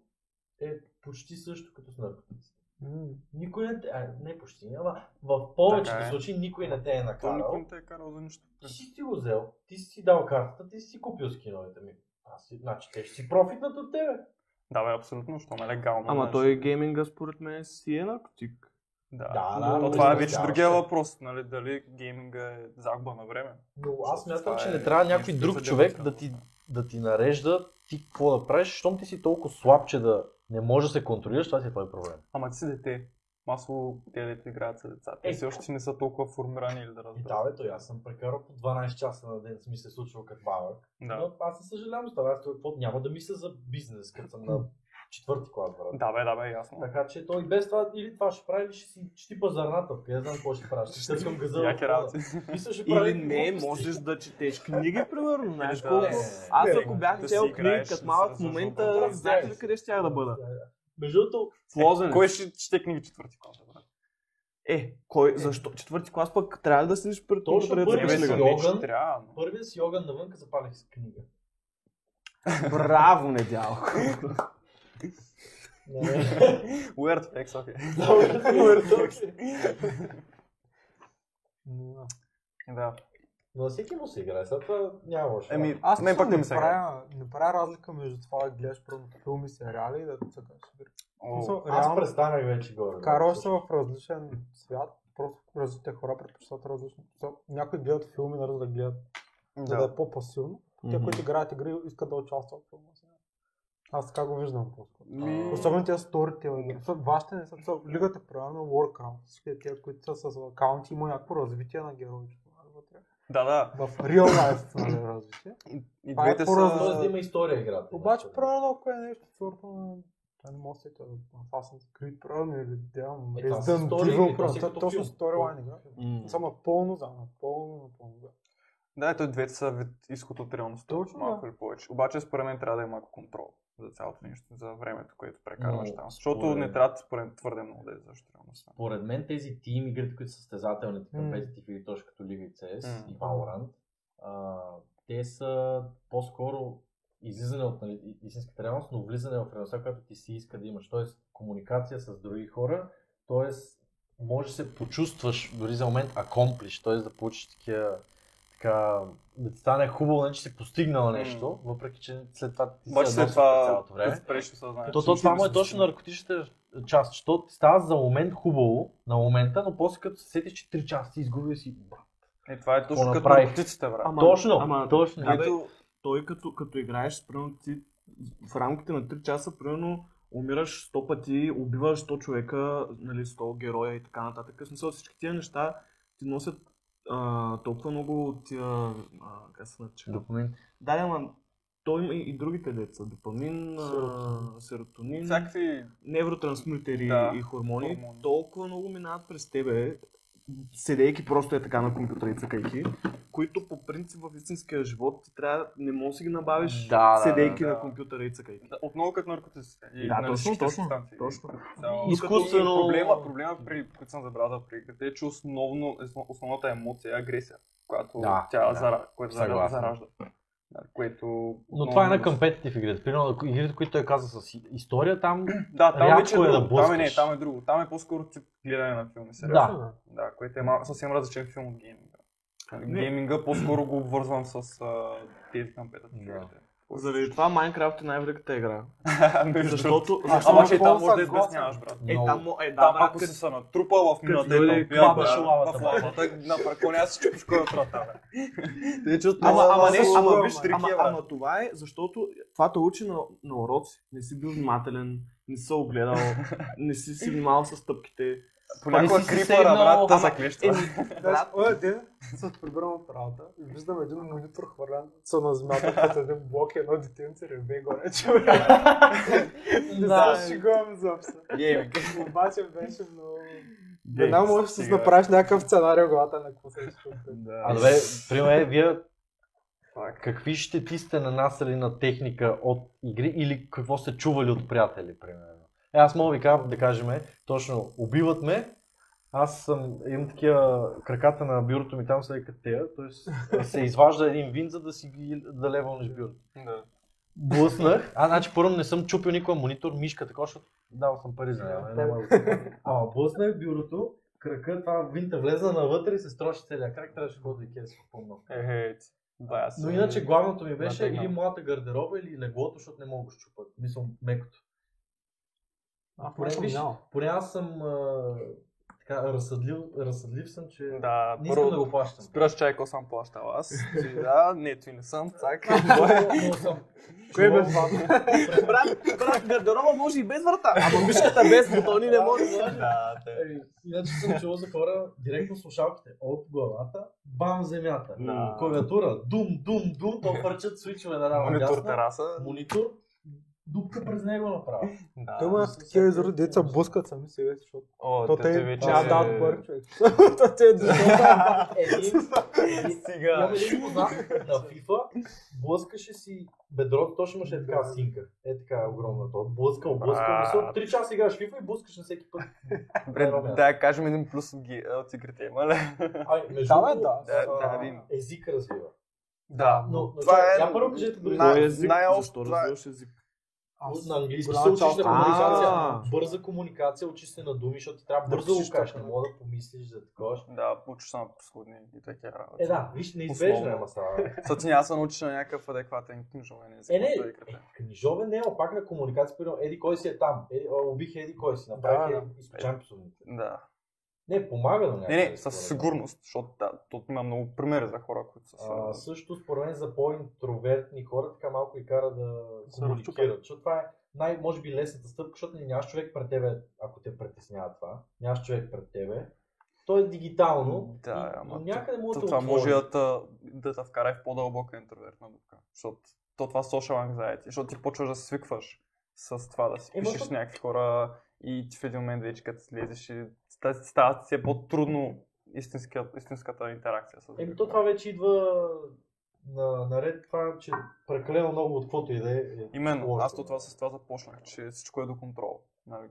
е почти също като с наркотици. М, Никой не те, а, не почти, ама в повечето Така е. случаи никой не те е Той никой накарал. не те е карал за нищо. Ти си си го взел, ти си си дал картата, ти си си купил скиновете ми. Аз си, значи те ще си профитнат от тебе. Да, бе, абсолютно, защото е легално. Ама знаеш. той гейминга според мен си е наркотик. Да, Да, да, То но това е разбира вече се. другия въпрос, нали, дали гейминга е загуба на време. Но аз смятам, Това че е- не Не трябва някой Нещо за друг човек дебат, да да. ти, да ти нарежда ти какво да правиш, щом ти си толкова слаб, че да не можеш да се контролираш, това си е твой проблем. Ама ти си дете. Масово те дете играят с деца. Те Е, си още не са толкова формирани или да И да, разберат. бе, той аз съм прекарал по 12 часа на ден, ми се случва като малък. Да. Но аз не съжалявам за това, аз това какво няма да мисля за бизнес, като съм на четвърти клас, брат. Да, бе, да, бе, ясно. Така че той без това или това ще прави, или ще си чти пазарната, къде знам какво ще правиш. Ще търкам газа. Яки работи. Мисля, ще прави Или не, глупости. можеш да четеш книги, примерно. Знаеш да. колко. Не, не, не. Аз Не, ако бях да си чел книги играеш, да като си малък в развъждаш момента, образ. знаете ли къде ще я да Е, бъда? Между другото, В Лозенец. Кой ще чете книги четвърти клас, бе, брат? Е, кой, защо? Четвърти клас пък трябва ли да седиш пред Точно компютъра първи да Не, четеш си бе, книга? Йоган. не, ще трябва, но... първия си йоган навънка запалих с книга. Браво, недялко. Не, не. Weird facts, окей. м, Да. Но на всеки му се играе, сега това няма лошо. Еми, Аз мен пък не ми се играе. правя, не правя разлика между това да гледаш първо филми, сериали и да цъкаш. О, Смисъл, аз реално, престанах вече горе. караш се в различен свят, просто различните хора предпочитат различно. Смисъл, Някои гледат филми, нараз да гледат, за да Да. е по-пасивно. Те, които играят игри, искат да участват в филма. сега. Аз така го виждам по-скоро. Ми- Особено тези сторителинги. Вашите не са. са- Лигата е правена на Warcraft. Всички тези, които са с акаунти, има някакво развитие на героите. нали, вътре. Да, да. В real life нали, развитие. И- И Това е двете по-различно. Тоест да са... има история играта. Обаче, правилно, ако е нещо сорта на това не може да се каже, Assassin's Creed, правилно или Damn, Е, това са Resident стори- Evil, е, това си правилно, като точно филм. сторилайн игра. М. Са напълно, за напълно, напълно. да. Да, ето двете са вид изход от реалността, Точно, малко или повече. Обаче според мен трябва да има малко контрол за цялото нещо, за времето, което прекарваш Но, там. Защото според- не трябва според мен твърде много да е защо реалността. Поред мен тези тим игрите, които са състезателни, М. към Competitive или точно като Liga и CS М. и Valorant, а, те са по-скоро излизане от нали, и- истинската реалност, но влизане в реалността, която ти си иска да имаш. Тоест комуникация с други хора, тоест Може да се почувстваш дори за момент акомплиш, т.е. да получиш такива така, да ти стане хубаво, нали, не че си постигнал нещо, въпреки че след това ти Обаче се след след това цялото да време. спреш Значи, осъзнанието. То, то, това му е точно наркотичната част, защото ти става за момент хубаво на момента, но после като се сетиш, че 3 часа си изгубил и си брат. Е, това е точно като направих? наркотиците, брат. Ама- точно, ама- ами, точно. Абе, Ето, той като, като играеш, примерно ти в рамките на 3 часа, примерно умираш 100 пъти, убиваш 100 човека, нали, 100 героя и така нататък. В смисъл всички тия неща ти носят а, толкова много тия, а, как се нарича? Допамин. Да, ама той има и, и другите деца. Допамин, а, серотонин, всякакви... невротрансмитери Да, и хормони, хормони. толкова много минават през тебе, седейки просто е така на компютъра и цъкайки, които по принцип в истинския живот ти трябва, не можеш да си ги набавиш, Да, да, седейки да, да. на компютъра и цъкайки. да, Отново като наркотиците. И Да, на точно, всичките точно, субстанции. точно. Цяло- Изкуствено- Проблема, проблема при, който съм забрал да при игрите е, че основно, основната емоция е агресия, която Да, тя да. зара, която зара- Съгласен. заражда. а, което... Но много това е на много- competitive игрите. Примерно игрите, които той каза с история, там Да, там Рядко вече е е да друго. там е, не, блъскаш. там е друго. Там е по-скоро тип гледане на филми. Сериозно. да. Да. да, което е мал... съвсем различен филм от гейминга. Не. Гейминга по-скоро го обвързвам с а, тези кампетата. Да. Заради това Майнкрафт е най-великата игра. Защото... Защото... А, защото- обаче и там Много може да са готини. избесняваш, брат. Е, Много. там, е, да, Да, брат, ако си се натрупал в мината дойде и баба баба шулавата, в лавата, на парконя си чупиш кой отрата, бе. Те чуят Ама, ама, не, ама, виж трики, ама, бе. ама това е, защото това те учи на, на уроци. Не си бил внимателен, не си се огледал, не си си внимавал с стъпките. Понякога Ами си си крипъра, е брат, седнал, та ама- е, заклещва. Е, Значи, оня ден се прибирам от работа и виждам един монитор хвърлян са на земята пред един блок и едно детенце реве горе, че бе. Не Да. се шегувам изобщо. е, Гейминг. Обаче беше много... Гей. Една можеш да си стига, бе. направиш някакъв сценарий в главата на какво се е случва. А Ами, добре, пример, вие какви щети сте нанасяли на техника от игри или какво сте чували от приятели, примерно? Е, аз мога ви кажа, да кажем, е, точно, убиват ме, аз съм, имам такива, краката на бюрото ми там са и като тея, т.е. се изважда един винт, за да си ги да левълнеш бюрото. Да. Блъснах, а значи първо не съм чупил никога монитор, мишка, така, защото дал съм пари за нея. Няма да го Ама блъснах бюрото, крака, това винта влезна навътре и се строши целия крак, трябваше да ходи кес по Ехе, Е, да, аз но съм- иначе главното ми беше Натегнал. или моята гардероба, или леглото, защото не мога да го щупат. Мисля, мекото. А, поне поне съм съм минал. Поне аз съм а, така, разсъдлив, разсъдлив съм, че Да, не искам да първо го плащам. спираш чай, ако съм плащал аз. Ти да, не, ти не съм, цак. Но съм. Кое бе това? Брат, брат, гардероба може и без врата, ама мишката без бутони не може. Да, те. Иначе съм чувал за хора директно слушалките от главата, бам земята. Да. Клавиатура, дум, дум, дум, то парчат свичове на рама. Монитор дясна, тераса. монитор, дупка през него направо. Да. Той има такива изори, деца блъскат сами себе си, защото О, то те те те е вече... чат аут пър, човек. То те е дошло. Сега. е Имам един познат на FIFA, блъскаше си бедрото, точно имаше е така синка. Е така огромна. То блъскал, блъскал. Брат. Мисля, три часа играеш FIFA и блъскаш на всеки път. Добре, да кажем един плюс от ги- от игрите, има ли? Ай, между Да, бе, другото, да. Да, а, да, видим. език развива. Да. Но, но Това чакай, е я първо кажете дори най- Кой на, е език? най-общо Защо това е. развиваш език? на английски Голяма се учиш част на от- А. комуникация. Бърза комуникация, учиш се на думи, защото ти трябва Да бързо да го пишеш кажеш. Не така. мога да помислиш за такова. Да, получиш само происходни и такива работи. Е, да, виж, неизбежно е, Условно. ама става. Защото ти няма да се научиш на някакъв адекватен книжовен език. Е, не, който да играте. е, книжовен не, а пак на комуникация, примерно, еди кой си е там, еди, а, убих еди кой си, направих Да, еди, изпечам псовните. Да. Не, помага на Не, някъде. не, според със мен. сигурност, защото да, тук има много примери за хора, които са... А, също според мен за по-интровертни хора така малко и кара да Се комуникират, разчупят. защото това е най, може би лесната стъпка, защото не- нямаш човек пред тебе, ако те притеснява това, нямаш човек пред тебе, то е дигитално Да, и ама до някъде То, може да това отвори. може да, та- да те вкара и в по-дълбока интровертна дупка. Защото то това social anxiety, защото ти почваш да се свикваш с това да си Е, пишеш ма с то- някакви хора и ти в един момент вече като слезеш и ста- става ти все по-трудно истинска, истинската интеракция с Еми, друг то човек. това вече идва на, наред това, че прекалено много от каквото и да е. е Именно, лошо. аз то това с това започнах, че всичко е до контрол. Нали?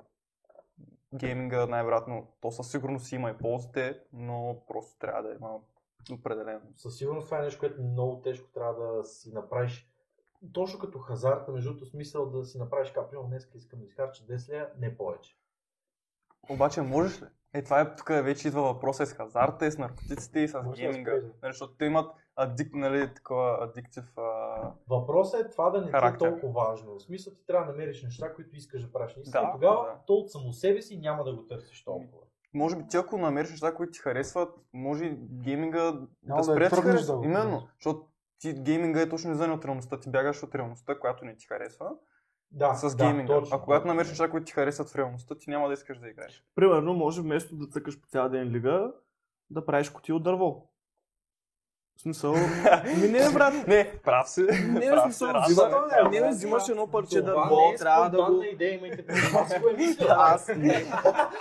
Гейминга най-вероятно, то със сигурност си има и ползите, но просто трябва да има определено. със сигурност това е нещо, което много тежко трябва да си направиш. Точно като хазарта, между другото, смисъл да си направиш каприон, днес искам да изхарча 10 лея, не повече. Обаче можеш ли? Е, това е тук вече идва въпроса и с хазарта, и с наркотиците, и с Може да гейминга. спреш, да. Нали, защото те имат адик, нали, такова адиктив. А... Въпросът е това да не ти е Характер. толкова важно. В смисъл ти трябва да намериш неща, които искаш да правиш. Да, Да, и тогава да. то от само себе си няма да го търсиш толкова. Може би ти ако намериш неща, които ти харесват, може и гейминга да Няма да спре е да ти тръгнеш харесва. да го Именно, правиш. защото ти гейминга е точно извън от реалността. Ти бягаш от реалността, която не ти харесва. Да, с да, гейминга. точно. а когато намериш неща, които ти харесват в реалността, ти няма да искаш да играеш. Примерно, може вместо да цъкаш по цял ден лига, да правиш коти от дърво. В смисъл... Ми не, бе, брат, Не, прав си. не е прав смисъл. си, раз, взима- да, Не, бе, взимаш едно парче Това дърво, не е трябва да го... спонтанна идея, имайте предвид. Аз го е мисля. Аз не.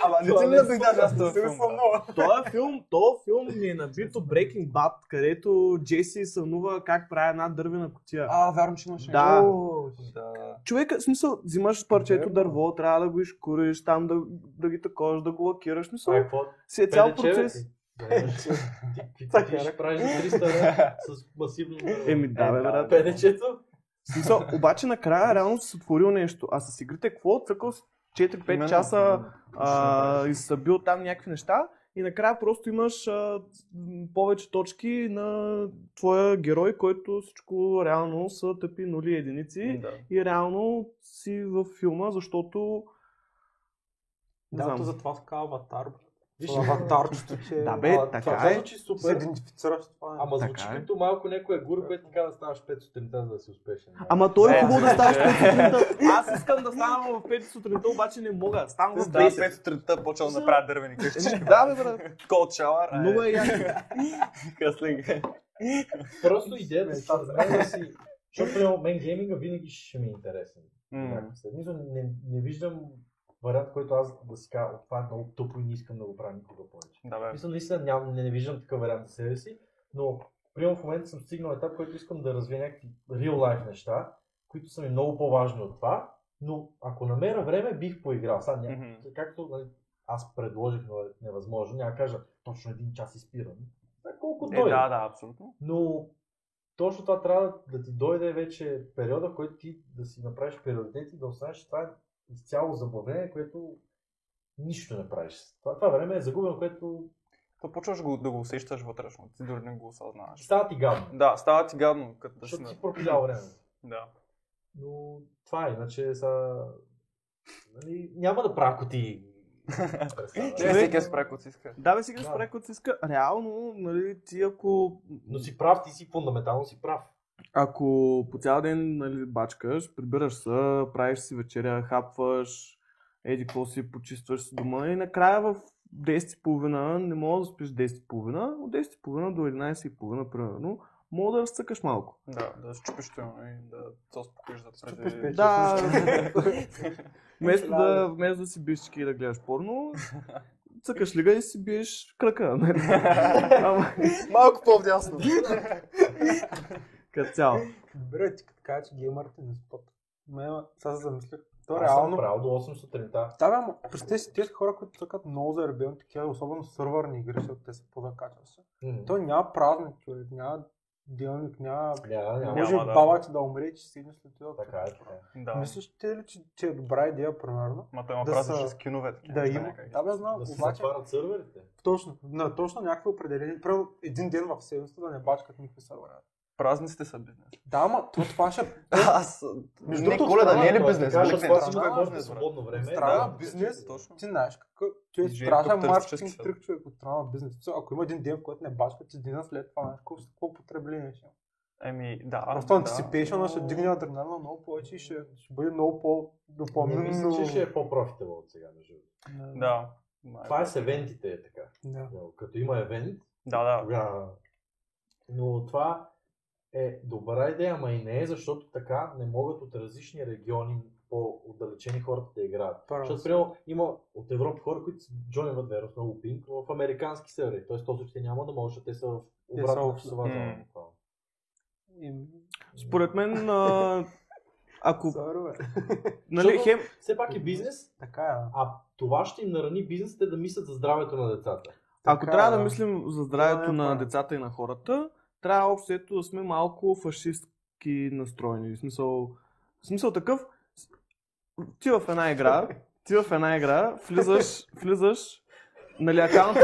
Ама не ти ли да дойде аз този филм? брат? Този е филм, този филм ми е набито Breaking Bad, където Джеси сънува как прави една дървена котия. А, вярно, че имаше. Да. О, Да. Човек, в смисъл, взимаш парчето дърво, трябва да го изкуриш, там да, да ги також, да го лакираш, Това е мисъл, какво? си е цял Пелече, бе, процес. ти. Да имаш- ти- ти- Ти ще правиш за 300 лева с масивно Еми да, бе, брат. пенечето. В Смисъл, обаче накрая реално си отворил нещо. А с игрите какво? Цъкал си 4-5 Именно. часа а, и са бил там някакви неща и накрая просто имаш а, м, повече точки на твоя герой, който всичко реално са тъпи нули и единици Да. и реално си във филма, защото не Да, знам. то за това ска аватар. бе. Виж, Аватарчето, че... Да бе, а, така това е. звучи Се супер, идентифицираш с това. ама звучи Така е. като малко някоя гур, което така да ставаш 5 сутринта, за да си успешен. Ама той е Не, хубаво да не, ставаш не. 5 сутринта. Аз искам да ставам в 5 сутринта, обаче не мога. Ставам в Ти става 10. 5 сутринта, почвам да правя дървени къщи. Еми, Е, Да, бе, брат. Кол шауър. Много е ясно. къслинг. Просто идеята за мен е да си... Защото, примерно, мен гейминга винаги ще ми е интересен. Някакъв след. Мисля, не, не виждам вариант, който аз да си кажа, това е много тъпо и не искам да го правя никога повече. Да, бе. Мисля, наистина ням, не, не виждам такъв вариант за себе си, но примерно в момента съм стигнал етап, който искам да развия някакви real life неща, които са ми много по-важни от това, но ако намеря време, бих поиграл. Сега, ня... Мгм. Както нали, аз предложих, но е невъзможно, няма да кажа точно един час изпирам. Да, колко Е, дойде. да, да, абсолютно. Но точно това трябва да ти дойде вече периода, в който ти да си направиш приоритети, да останеш, че това е изцяло забавление, което нищо не правиш. Това, това време е загубено, което То почваш го- да го усещаш вътрешно, ти дори не го осъзнаваш. става ти гадно, Да, става ти гадно, като да си... защото на- си пропилял време. Да. Но това е, иначе са... Нали, няма да правя коти. Не всеки е спре, когато си иска. Да, бе, сега Да. спре, който си иска. Реално, нали, ти ако, Но си прав, ти си фундаментално си прав. ако по цял ден нали, бачкаш, прибираш се, правиш си вечеря, хапваш, еди какво си, почистваш си дома и накрая в 10.30 не мога да спиш 10.30, от 10.30 до 11.30 примерно, мога да разцъкаш малко. Да, да се чупиш тъмно и да се успокоиш за Чупиш преди... пече. Да. слушай. Вместо да, вместо да си биеш чеки и да гледаш порно, цъкаш лига и си биеш кръка. нали? Ама, Малко по-вдясно. Като цяло. Добре, ти като кажа, че геймърите не спят. Ме, сега се замислих. То Аз съм реално... правил до 8 сутринта. Да, бе, ама представи си тези хора, които цъкат много за ребелни такива, особено сървърни игри, защото те са по-закачват се. М. То няма празник, човек, няма делник, няма... Няма, няма. Може Няма, да. баба ти да умре, че стигне след това. Така е, така е. Да. Мислиш ти ли, че, че е добра идея, примерно? Ма той има Да празнични са- скинове. Е, такива Да неща има. някак. Да, бе, знам, Да се обаче затварят сърверите. точно, на точно някакви определени, примерно един ден в седмицата да не бачкат никакви сървъри. Празниците са бизнес. Да, ама то това ще... Аз... Между Не, другото, коледа страна, не е ли Трябва да бизнес? кажа, Бизнес. това си има Страна, възможно бизнес, е свободно време. Страна, да, бизнес, точно. Ти знаеш какъв... Той е Жертва страшен капиталистически маркетинг свят. трик човек от страна на бизнес. Смисъл, Ако има един ден, в който не бачка, че деня след това, знаеш колко, какво потребление ще има. Еми, да. Просто да. антисипейшъна ще дигне адреналина много повече и ще, ще бъде много Не мисля, по-допълнено. че ще е по-профитабъл от сега, между другото. Да. Това е с евентите, е така. Да. Но Като има евент, Да, да. тогава... Но това е добра идея, ама и не е, защото така не могат от различни региони по-отдалечени хората да играят. Първо Защото, си. примерно, има от Европа хора, които са Джони Вадверов, много пинг, но в американски севери. Тоест, този ще няма да може, те са в Те са обратна в- часова М. зона. буквално. И- Според мен, а, ако, Sorry, бе. нали, Защото- хем, Все пак е бизнес, Така е. А това ще им нарани бизнесите да мислят за здравето на децата. Ако Така, трябва да да. мислим за здравето Това е на правилно. децата и на хората, трябва общо ето да сме малко фашистки настроени. В смисъл, в смисъл такъв, с- ти в една игра, ти в една игра влизаш, влизаш, нали, акаунт,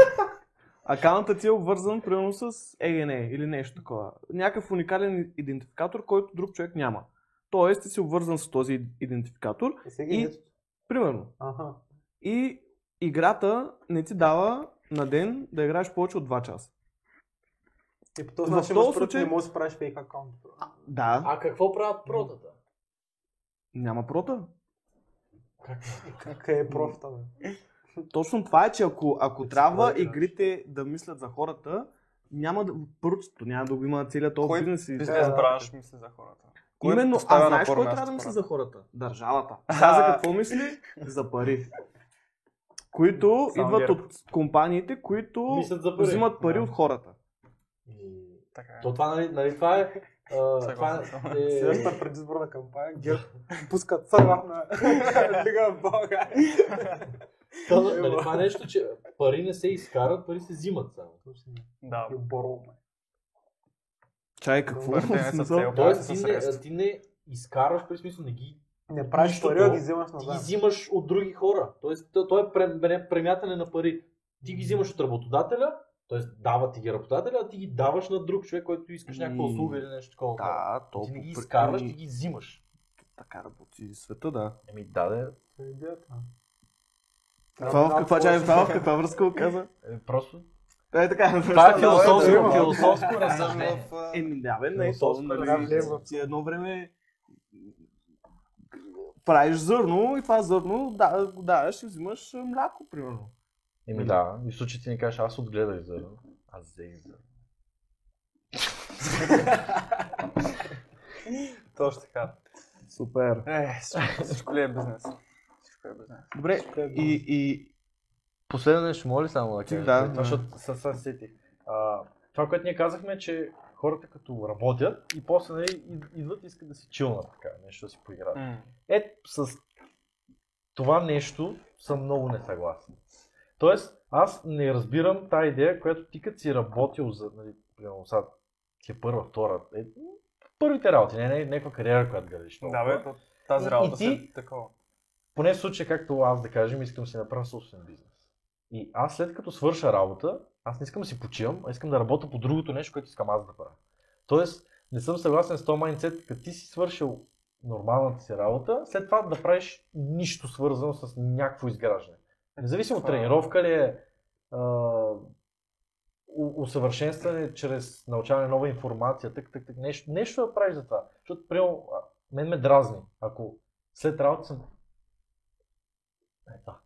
акаунтът ти е обвързан примерно с EGN или нещо такова. Някакъв уникален идентификатор, който друг човек няма. Тоест ти си обвързан с този идентификатор, Е, сега И- ето. примерно. Аха. И играта не ти дава на ден да играеш повече от 2 часа. И по този В този начин възможно, случай- не можеш да си правиш фейк акаунт. бро. Да. А какво правят протата? Няма прота. Къде е профита, бе? Точно това е, че ако, ако трябва да. игрите да мислят за хората, няма да, първо, че то няма да го има целият този Кой бизнес. и- Бизнес Да, да. бранш мисли за хората. Кой Именно, поставя а на знаеш първо кой място трябва да мисли хората? за хората? Държавата. Тя за какво мисли? За пари. Които Само идват ГЕРБ. от компаниите, които Мислят за пари. взимат пари Да. от хората. И- Така е. То това, нали, нали, това е А, това Съгласен съм. е... Следващата предизборна кампания ГЕРБ пускат сърва на Лига в България. Та, нали, това е нещо, че пари не се изкарат, пари се взимат само. Да, И оборваме. Чай, какво? Добър ден, В смисъл? с цел. Оправя се Тоест ти със не, средства. ти не изкарваш, при смисъл не ги, Не правиш Нищо пари, а друго. ги взимаш ти назад. ги взимаш от други хора. Тоест то, то е пре- премятане на пари. Ти ги взимаш от работодателя, т.е. дава ти ги работодателя, а ти ги даваш на друг човек, който искаш някаква М, услуга или нещо такова. Да, то ти не ги по- изкарваш, и ти ги взимаш. Така работи света, да. Еми, да, да. Това е идеята. Това в каква, чай, това в каква връзка го каза? Е, просто. Да, е така. Това е защо- философско, има. философско Влезем разсъждение. в, а, Еми, Е, да, бе, не, то, Философско нали, разлево. ти едно време правиш зърно и това зърно да, го даваш и взимаш а, мляко, примерно. Еми, да. И в случай ти ни кажеш, аз отгледах зърно. Аз взех зърно. Точно така. Супер. Е, всичко- всичко ли е бизнес? Всичко е бизнес. Добре, и, и Последно нещо, моля ли само да кажа? да, това, да. Защото със със сетих. А, това, което ние казахме, е, че хората като работят и после нали, ид- идват и искат да си чилнат така, нещо да си поиграят. М. Е, с това нещо съм много несъгласен. Тоест, аз не разбирам тази идея, която ти като си работил за, нали, примерно, сега ти е първа, втора, е, първите работи, не, не, някаква кариера, която градиш. Да, бе, то- тази И- работа и си ти- е такова. поне в случая, както аз да кажем, искам да си направя собствен бизнес. И аз след като свърша работа, аз не искам да си почивам, а искам да работя по другото нещо, което искам аз да правя. Тоест, не съм съгласен с този майндсет, като ти си свършил нормалната си работа, след това да правиш нищо свързано с някакво изграждане. Независимо Това е- тренировка ли е, а, у- усъвършенстване чрез научаване на нова информация, тък, тък, тък, нещо, нещо да правиш за това. Защото, примерно, а, мен ме дразни, ако след работа съм... Е, това.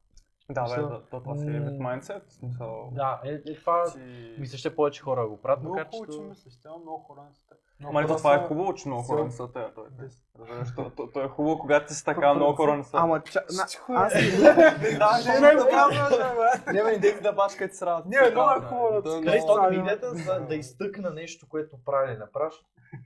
Да, бе, Мисля- да, то това си е вид майндсет. в Смисъл, Да, е, е това... ти- Мисля, ще е повече хора го правят, Много макар че... хубаво, че то- мислиш, тя много хора не са те. Много Ама не, то хора това е са- хубаво, че много хора Сега- не са те. той- е- Да. Разбираш, то- то- то е хубаво, когато ти си така, много хора не са. ама ча... на- Тихо, аз Да, Не, не, не, не, не, не, идете да бачкате с работа. Не, много е хубаво да Да, се Нали, то Ама- идеята за да изтъкна нещо, което прави на праш,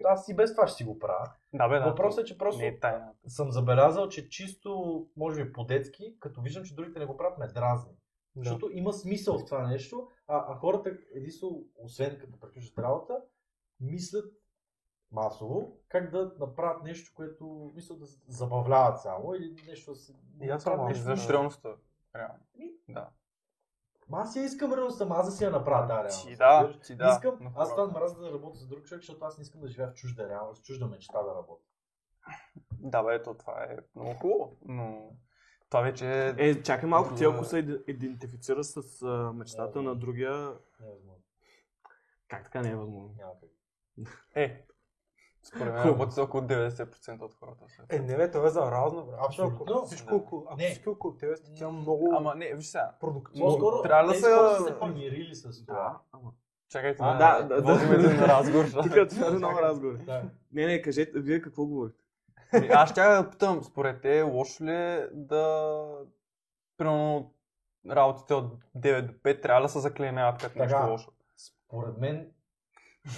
аз и без това ще си го правя. Да, бе, да. Въпросът е, че просто Не е тайна. съм забелязал, че чисто, може би по-детски, като виждам, че другите не го правят, ме дразни. Да. Защото има смисъл в това нещо, а, а хората, единствено, освен като приключат работа, мислят масово как да направят нещо, което мислят да забавляват само или нещо да се... И правят аз съм нещо. малко. Виждаш реалността. Реално. Да. Ма аз я искам реално сама аз да си я направя тази реалност. Ти да, разбираш? ти Не да. искам, но аз хора- това мразя да работя с друг човек, защото аз не искам да живея в чужда реалност, в чужда мечта да работя. Да, бе, то това е много хубаво, но това вече е... Е, чакай малко, ти Друга- ако се иде- идентифицира с а, мечтата на другия, Не е възможно. как така не е възможно? Няма как. Е. Според мен Хубаво. работи за около 90% от хората. са. Е, не бе, това е заразно, бе. Абсолютно. Ако всичко Да. около, ако Не. всички около тебе сте тя много Ама не, виж сега. продуктивно. По-скоро трябва да тези се- хора са се помирили с това. ама... Чакайте, А, да, да, да, водим да. един разговор. Тук да. това е много разговор. Да. Не, не, кажете, вие какво говорите? Ами, Аз ще да питам, според те, лошо ли е да... Примерно, работите от 9 до 5 трябва да се заклиняват като нещо Така. лошо. Според мен,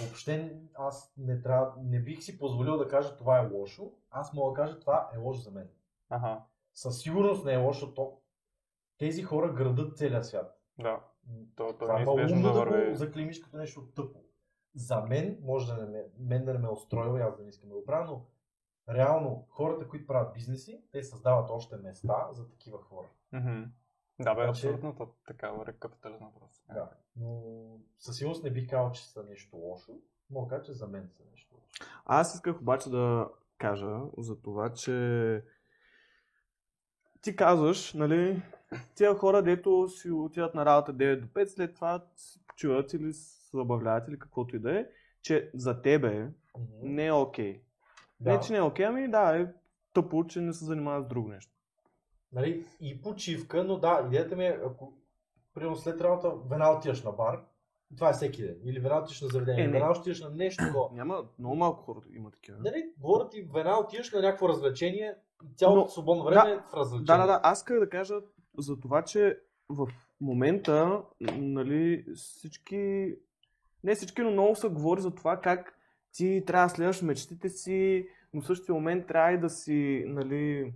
въобще аз не, трябва, не бих си позволил да кажа това е лошо. Аз мога да кажа това е лошо за мен. Ага, Със сигурност не е лошо то. Тези хора градат целия свят. да. То, то Това е е по-умно неизбежно да да, го върви. заклеймиш като нещо тъпо. За мен, може да не ме, мен да не ме устроива, и аз да не искам да го правя, но реално хората, които правят бизнеси, те създават още места за такива хора. Мгм. Да, бе, Така че- абсолютно. То, така върви капитализма просто. Значи- Да. Но със сигурност не бих казал, че са нещо лошо. Мога да кажа, че за мен са нещо лошо. Аз исках обаче да кажа за това, че ти казваш, нали, тия хора, дето си отиват на работа 9 до 5, след това си почиват или се забавляват или каквото и да е, че за тебе не е окей. Да. Не, че не е окей, ами да, е тъпо, че не се занимава с друго нещо. Нали, и почивка, но да, идеята ми е, ако примерно след работа, веднага отиваш на бар, това е всеки ден. Или веднага отиваш на заведение, Е, или не. веднага отиваш на нещо такова. Няма, много малко хора има такива. Нали, говоря ти, веднага отиваш на някакво развлечение, и цялото Но- свободно време да. е в развлечение. Да, да, да. Аз исках да кажа за това, че в момента, нали, всички, не всички, но много се говори за това как ти трябва да следваш мечтите си, но в същия момент трябва и да си, нали,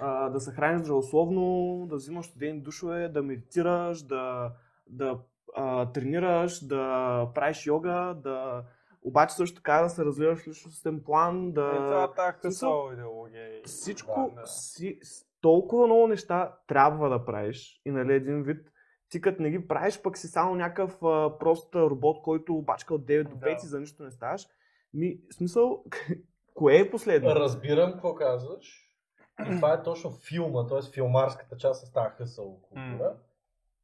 а, да се храниш здравословно, да взимаш студени душове, да медитираш, да, да а, тренираш, да правиш йога, да обаче също така да се развиваш в личностен план, Е, да... Това така смисъл- са идеология. е. и- Всичко, Да, да. Си, с- толкова много неща трябва да правиш и нали един вид, ти като не ги правиш, пък си само някакъв а, прост а, робот, който бачка от 9 до 5 и за нищо не ставаш. Ми, в смисъл, кое е последно? Разбирам какво казваш. И това е точно филма, т.е. филмарската част с тази хъсъл култура.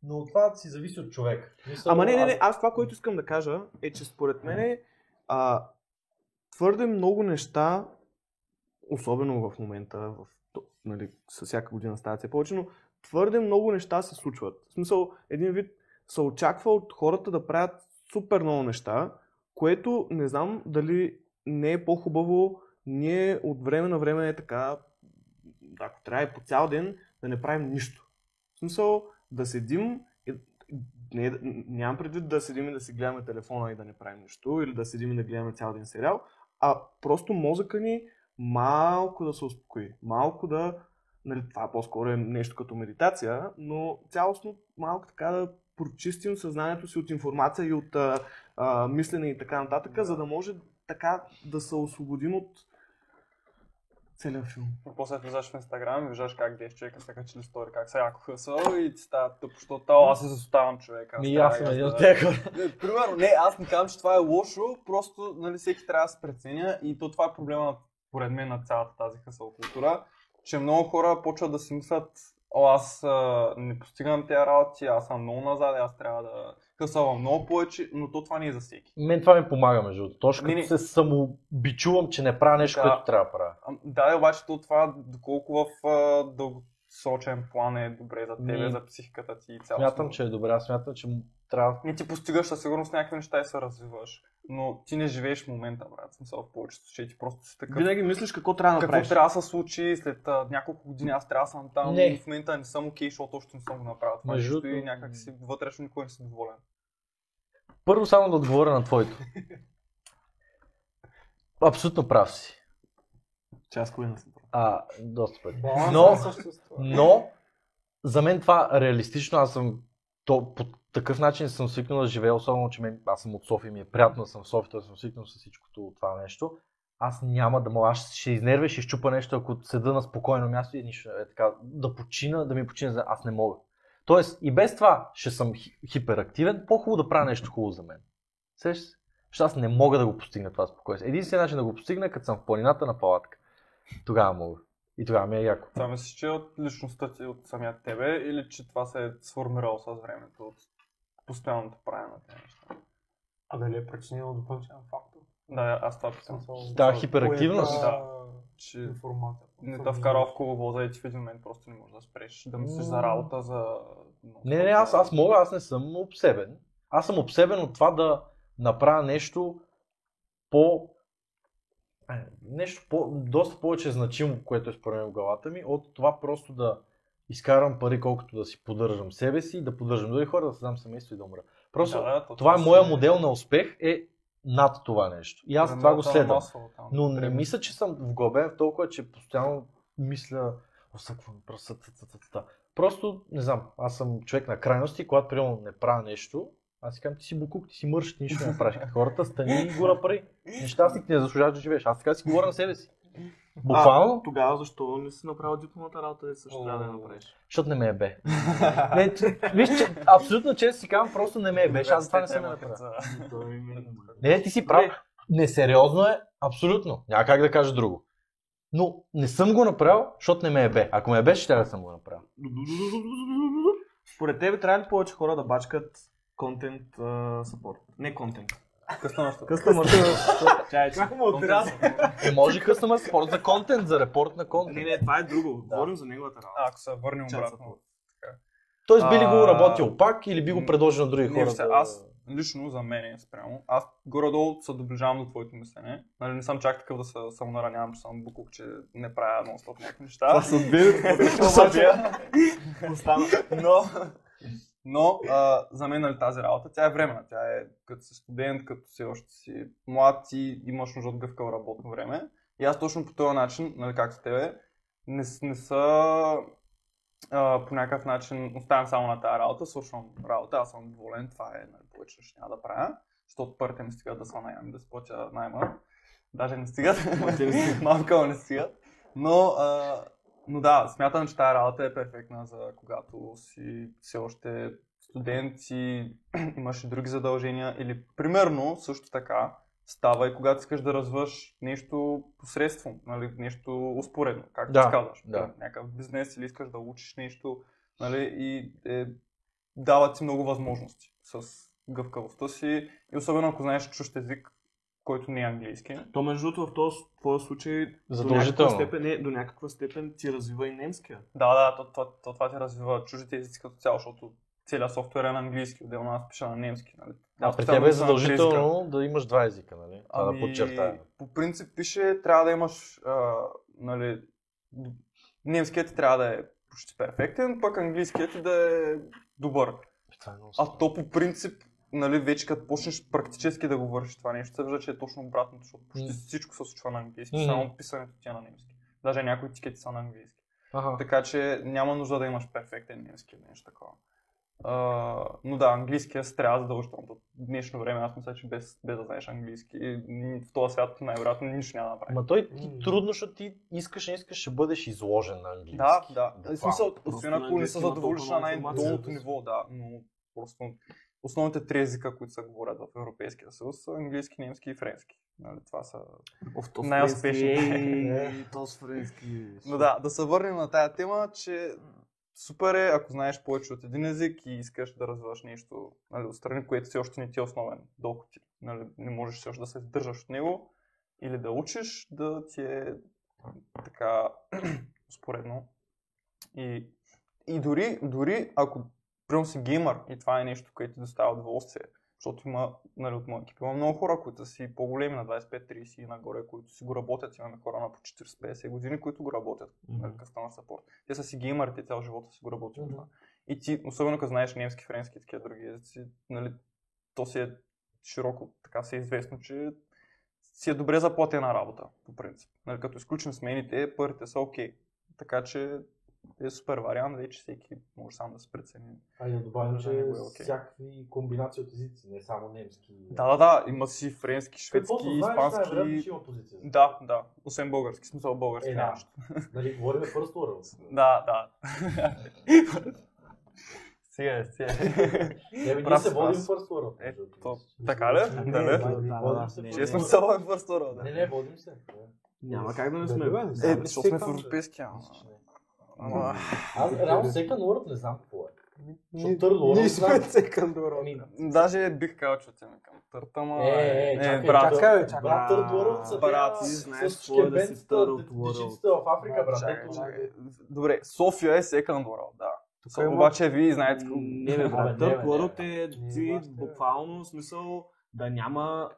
Но това си зависи от човек. Мисъл, Ама не, не, не, аз- аз това, което искам да кажа е, че според мен а, твърде много неща, особено в момента, в, то- нали, с всяка година става все повече, но твърде много неща се случват. В смисъл, един вид се очаква от хората да правят супер много неща, което не знам дали не е по-хубаво ние от време на време е така, ако трябва и по цял ден, да не правим нищо. В смисъл, да седим и не, нямам предвид да седим и да си гледаме телефона и да не правим нищо, или да седим и да гледаме цял ден сериал, а просто мозъка ни малко да се успокои, малко да, нали, това по-скоро е нещо като медитация, но цялостно малко така да прочистим съзнанието си от информация и от а, а, мислене и така нататък, за да може така да се освободим от целият филм. И После влизаш в Инстаграм и виждаш как 10 човека са качили стори, как са яко хъсал и ти става тъпо, защото «О, аз се заставам човека. И аз съм един от тях. тях хора. Примерно, не, аз не казвам, че това е лошо, просто нали, всеки трябва да се преценя и то това е проблема на- поред мен на цялата тази хъсъл култура, че много хора почват да си мислят О, аз а, не постигам тези работи, аз съм много назад, аз трябва да хъсавам много повече, но то това не е за всеки. Мен това ми помага, между другото. Точно Не, като се не. самобичувам, че не правя нещо, Да. което трябва да правя. А, Да, е, обаче то това доколко в а, дългосрочен план е добре за тебе, Ми, за психиката ти и цялостно. Смятам, че е добре. Аз смятам, че му трябва Не ти постигаш със сигурност някакви неща и се развиваш. Но ти не живееш в момента, брат. В Смисъл в повечето случаи ти просто си такъв. Винаги мислиш какво трябва да Какво направиш. трябва да се случи след а, няколко години, аз трябва да съм там, Не. но в момента не съм окей, защото още не съм го направил това Между нещо и другото- някак си вътрешно никой не си доволен. Първо само да отговоря на твоето. Абсолютно прав си. Часкове на събор. А, доста пъти. Но- Балансът съществува. Но, за мен това реалистично, аз съм то, по такъв начин съм свикнал да живея, особено, че мен, аз съм от София, ми е приятно да съм в София, т.е. съм свикнал с всичкото това нещо. Аз няма да мога, аз ще изнервя, ще щупа нещо, ако седа на спокойно място и нищо е така, да почина, да ми почина, за- аз не мога. Тоест, и без това ще съм хи- хиперактивен, по-хубаво да правя нещо хубаво за мен. Сеш? Защото аз не мога да го постигна това спокойствие. Единственият начин да го постигна, е като съм в планината на палатка. Тогава мога. И тогава ми е яко. Това мислиш, че е от личността ти, от самия тебе или че това се е сформирало с времето от постоянното правене на тези неща? А дали е причинено от външен фактор? Да, аз това В питам. смисъл, Да, хиперактивност. поета Че Информация. не те вкара в коловоза и ти в един момент просто не можеш да спреш да мислиш за работа, за... Не, не, аз, аз мога, аз не съм обсебен. Аз съм обсебен от това да направя нещо по... а, Нещо по, доста повече значимо, което е според мен в главата ми, от това просто да изкарам пари, колкото да си поддържам себе си, да поддържам други хора, да създам семейство и да умра. Просто да, то това е си- моя модел на успех е над това нещо. И аз това го Времената на следвам. масово там. Но не Трябва. мисля, че съм вглъбен в толкова, че постоянно мисля, осъквам просто. та, та, та, та, та». Просто, не знам, аз съм човек на крайности, когато примерно не правя нещо, аз си казвам, ти си букук, ти си мърш, ти нищо не правиш. Като хората, стани и го направи. Нещастник ти не заслужаваш да живееш. Аз така си говоря на себе си. Буквално, А, тогава защо не си направил дипломата работа, де също О. трябва да я направиш? защото не ме е бе. Не, т- виж, че, абсолютно често си казвам, просто не ме е беше, аз затова не съм я направил. За- Той ми- е Не, ти си прав. Несериозно е, абсолютно. Няма как да кажа друго. Но не съм го направил, защото не ме е бе. Ако ме е беше, ще да съм го направил. Според тебе трябва ли повече хора да бачкат контент саппорт? Не контент. Късна Къстъмър. Как му отряза? Не може късъмър спорт за контент, за репорт на контент. Не, не, това е друго. Говорим за неговата работа. Ако се върнем Чат обратно. support. Тоест би ли го А, работил пак или би го предложил на други Не, хора? все, да- аз лично за мен спрямо, аз горе-долу се доближавам до твоето мислене. Нали, не съм чак такъв да се самонаранявам, че съм букук, че не правя нон-стоп някакви неща. се отбие. Обаче, Остана. Но, Но а, за мен нали, тази работа, тя е времена. Тя е като си студент, като си още си млад и имаш нужда от гъвкаво работно време. И аз точно по този начин, нали, както тебе, не, с- не са а, по някакъв начин оставям само на тази работа, свършвам работа, аз съм доволен, това е нали, повече ще няма да правя, защото парите ми стигат да са наем, да си платя найма. Даже не стигат, Ма те не стигат. малко не стигат. Но, а, но да, смятам, че тази работа е перфектна за когато си все още студент и имаш и други задължения. Или примерно също така става и когато искаш да развъж нещо посредством, нали, нещо успоредно, както Да, да, казваш. да. Някакъв бизнес или искаш да учиш нещо нали, и е, дават ти много възможности с гъвкавостта си. И особено ако знаеш чужд език, който не е английски. То между другото в този твой случай Задължително. До някаква, степен, не, до някаква степен ти развива и немския. Да, да, то, то, то, това ти развива чуждите езици като цяло, защото целият софтуер е на английски, отделно аз пиша на немски. Нали? А Аз при специално тебе е пиша на английска. задължително да имаш два езика, нали? Това Ами, да подчертаем. По принцип пише, трябва да имаш, а, нали, д- немският ти трябва да е почти перфектен, пък английският ти да е добър. Това е много А то по принцип, нали, вече като почнеш практически да го вършиш това нещо, се вижда, че е точно обратното, защото почти Мгм. всичко се случва на английски, Мгм. само писането ти е на немски. Даже някои тикети са на английски. Аха. Така че няма нужда да имаш перфектен немски или нещо такова. А, но да, английския се трябва задължително. В днешно време аз мисля, че без, без да знаеш английски, н- в този свят най-вероятно нищо няма да направиш. Ма той ти трудно, защото ти искаш, не искаш, ще бъдеш изложен на английски. Да, да. Буквално. В смисъл, Просто освен на ако не английски се има задоволиш толкова на много най-долното информация. ниво, да, но просто основните три езика, които се говорят в Европейския съюз, са английски, немски и френски. Нали, това са... Оф, то Най-успешните. френски, То с френски. Но да, да се върнем на тая тема, че супер е, ако знаеш повече от един език и искаш да развиваш нещо нали, отстрани, което си още не ти е основен, докато ти нали, не можеш все още да се издържаш от него или да учиш, да ти е така споредно. И, и дори, дори ако примерно си геймър и това е нещо, което ти доставя удоволствие, защото има, нали, от моя екип има много хора, които са си по-големи на 25-30 и нагоре, които си го работят. Имаме хора на по 40-50 години, които го работят mm-hmm. customer support. Те са си геймъри, те цял живота си го работят това. И ти, особено като знаеш немски, френски и такива други езици, нали, то си е широко, така се е известно, че си е добре заплатена работа, по принцип. Нали, като изключим смените, парите са окей. Така че е супер вариант, вече всеки може сам да се прецени. А и да добавим, Да, че не го е окей. всякакви комбинации от езици, не само немски. Да, да, да, има си френски, Какво шведски, се Е, знаеш, най-вероятно, че испански. има позиция. Да, да, освен български, в смисъл български. Е, да. нямаш. Нали, говорим First World. да, да. Сега е, сега е. Не, бе, ние Прав се си, водим аз. First World. Е, между другото. то- така ли? Не, Да, не, бе. водим- Да, водим да, се не, First Честно World. съм в First World. Не, да. не, водим се. Да. Няма как да не сме. Да, бе. Е, да, защото всеки сме в там, бе. европейския. ама. Ама, Ама, Аз реално всека World не знам какво е. Ние- Търло, Ние не сме знам. Second World. Ами, Даже бих казал, че отиваме към търта, ама... Е, е, чакай, брат. чакай, чакай, бе, чакай. Брат, Third World са Брат, бе, ти с- знаеш с какво е да си шкембенцата, Third World. дечицата в Африка, брат. Чакай, ето, чакай. Добре, София е Second World, да. Со- има- Обаче вие знаете... колко- Не, бе, Абе, не, брат. бе, не, Търк бе. Лорот е Не, ти баща, бе. буквално в смисъл да няма...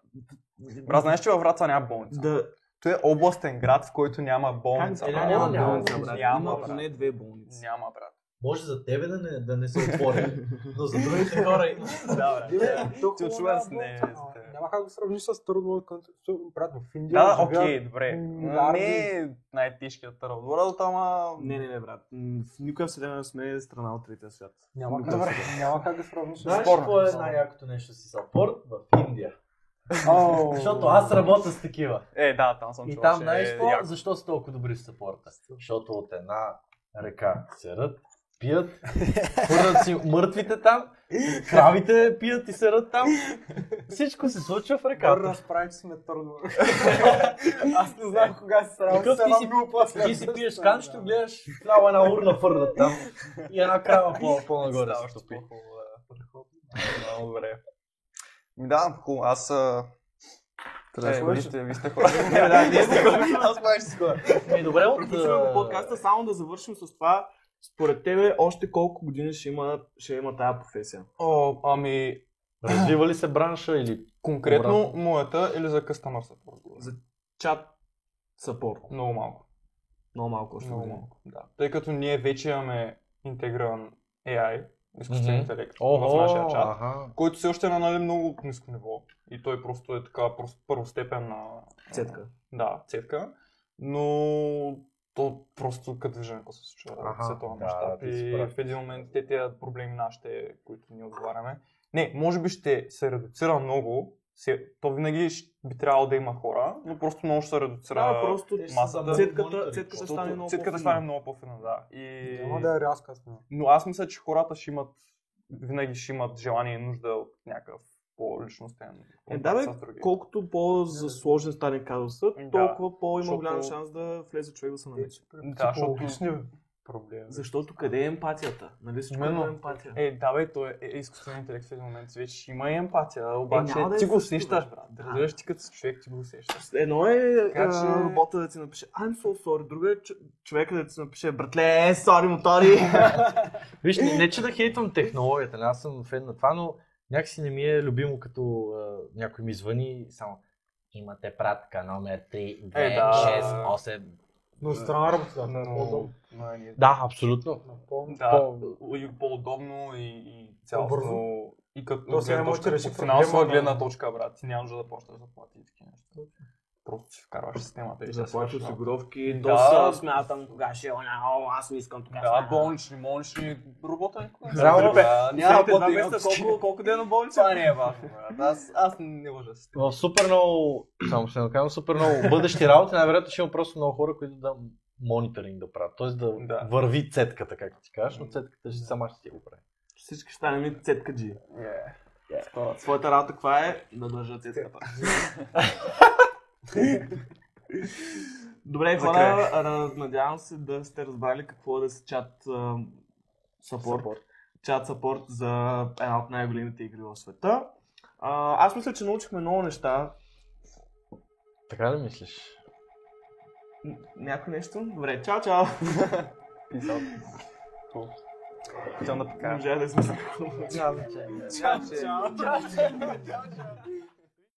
Брат, знаеш, че във Враца няма болница? Да, Той е областен град, в който няма болница. как Е, е, брат. няма няма болница, брат. Няма, Има брат. поне две болници. Няма, брат. Може за тебе да не, да не се отвори, но за другите хора има. Да, брат. Ти от Чуван си не е. Ама, Няма как да сравниш с Third World Country. Брат, в Индия Да, живеят- окей, добре. милиарди. Не е най-тежкият Third World, ама... Не, не, не, брат. М, В никоя вселена не сме страна от третия свят. Няма как, Добре. няма как да сравниш с... Знаеш Спорно. какво е най-якото нещо си сапорт в Индия? Ау. Защото аз работя с такива. Е, да, там съм И чувал, там че знаеш е какво? яко. Защо са толкова добри в сапорта? Защото от една ръка серат, пият, хвърлят си мъртвите там, кравите пият и серат там. Всичко се случва в Как ръката. разправи, че сме Third World. Аз не знам кога се сравниш. Какъв ти си- Ти си пиеш канчето, гледаш цяла една урна фърлят там и една крава по- по-нагоре Става се още топи. по-хубаво, да. Много добре. Ми Да, хубаво. Аз... а, Е, вие сте, вие сте хора. Не, да, вие сте хора. Аз май ще си хора. Ми Е, добре, от... Приключваме а, подкаста, само да завършим с това. Според тебе още колко години ще има, ще има тая професия? О, ами, Развива ли се бранша или... конкретно Обратно. моята или за customer support? За чат сапорт. Много малко. Много малко още Много години. малко, да. Тъй като ние вече имаме интегриран AI изкуствен Мгм. интелект Охо, в нашия чат, аха. който все още е на нали, много ниско ниво. И той просто е така прос- първостепенна Цетка. да, цетка, но то просто като виждаме какво се случва Аха, в световен да, мащаб. да, ти си и прав. в един момент те тия проблеми нашите, които ние отговаряме. Не, може би ще се редуцира много. се- То винаги щ- би трябвало да има хора, но просто много ще се редуцира. Да, просто Те ще масата. създадат Цетката- монитори, цетката просто. ще стане много цетката по-фина. стане много по-фина, да. И... Няма да е рязка смяна. Но аз мисля, че хората ще имат, винаги ще имат желание и нужда от някакъв по-личностен Е, да, бе, контакт с други. колкото по-засложен стане казусът, Да. толкова по-има Защото- Е, голям шанс да влезе човек да се намеси. Да, защото проблеми. Защото къде е емпатията? Нали всичко е Именно. емпатия? Е, да бе, то е, е изкуствен интелект в един момент, вече има и емпатия, обаче няма да ти е го същото, усещаш, бе. брат. Да. Да. Разбираш ти като човек, ти го усещаш. Едно е Така а, че- робота да ти напише I'm so sorry, друго е ч- човека да ти напише братле, е, sorry, мотори. Виж, не, не че да хейтвам технологията, не, аз съм фен на това, но някакси не ми е любимо, като а, някой ми звъни и само имате пратка номер 3, 2, Е, да. 6, 8. Но от страна на работодателя. Но, По-удобно. но е ни- Да, абсолютно. Напълно. да, по- и по-удобно и, и По-бързо. цялостно. И като То от сега гледна може да точка, реши от финансова проблема, гледна но- точка, брат, ти няма нужда да почнеш да плати и такива неща. Просто си вкарваш системата и си Заплати свършиш работа. осигуровки, Да. да. се смятам кога ще е она, о, аз не искам тогава. Да, болнични, болнични, работа никога. не Браво, се бе. Да, Няма Няма два работа месеца, колко, колко дена болница? Това не е важно, брат. Аз, аз не мога да се В супер много, само ще накарам, супер много бъдещи работи, най-вероятно ще има просто много хора, които да мониторинг да правят. Тоест да, Да. върви цетката, както ти кажеш, но М. цетката ще сама ще си го прави. Всички ще станем цеткаджи. Yeah. Твоята работа каква е? Да държа цецката. Добре, За хора, край. а, надявам се да сте разбрали какво е да си чат а, сапорт. Чат сапорт за една от най-големите игри в света. А, аз мисля, че научихме много неща. Така ли мислиш? Н- Някой нещо? Добре, чао, чао! Хотел да покажа. Може да сме се Чао, чао! Чао, чао!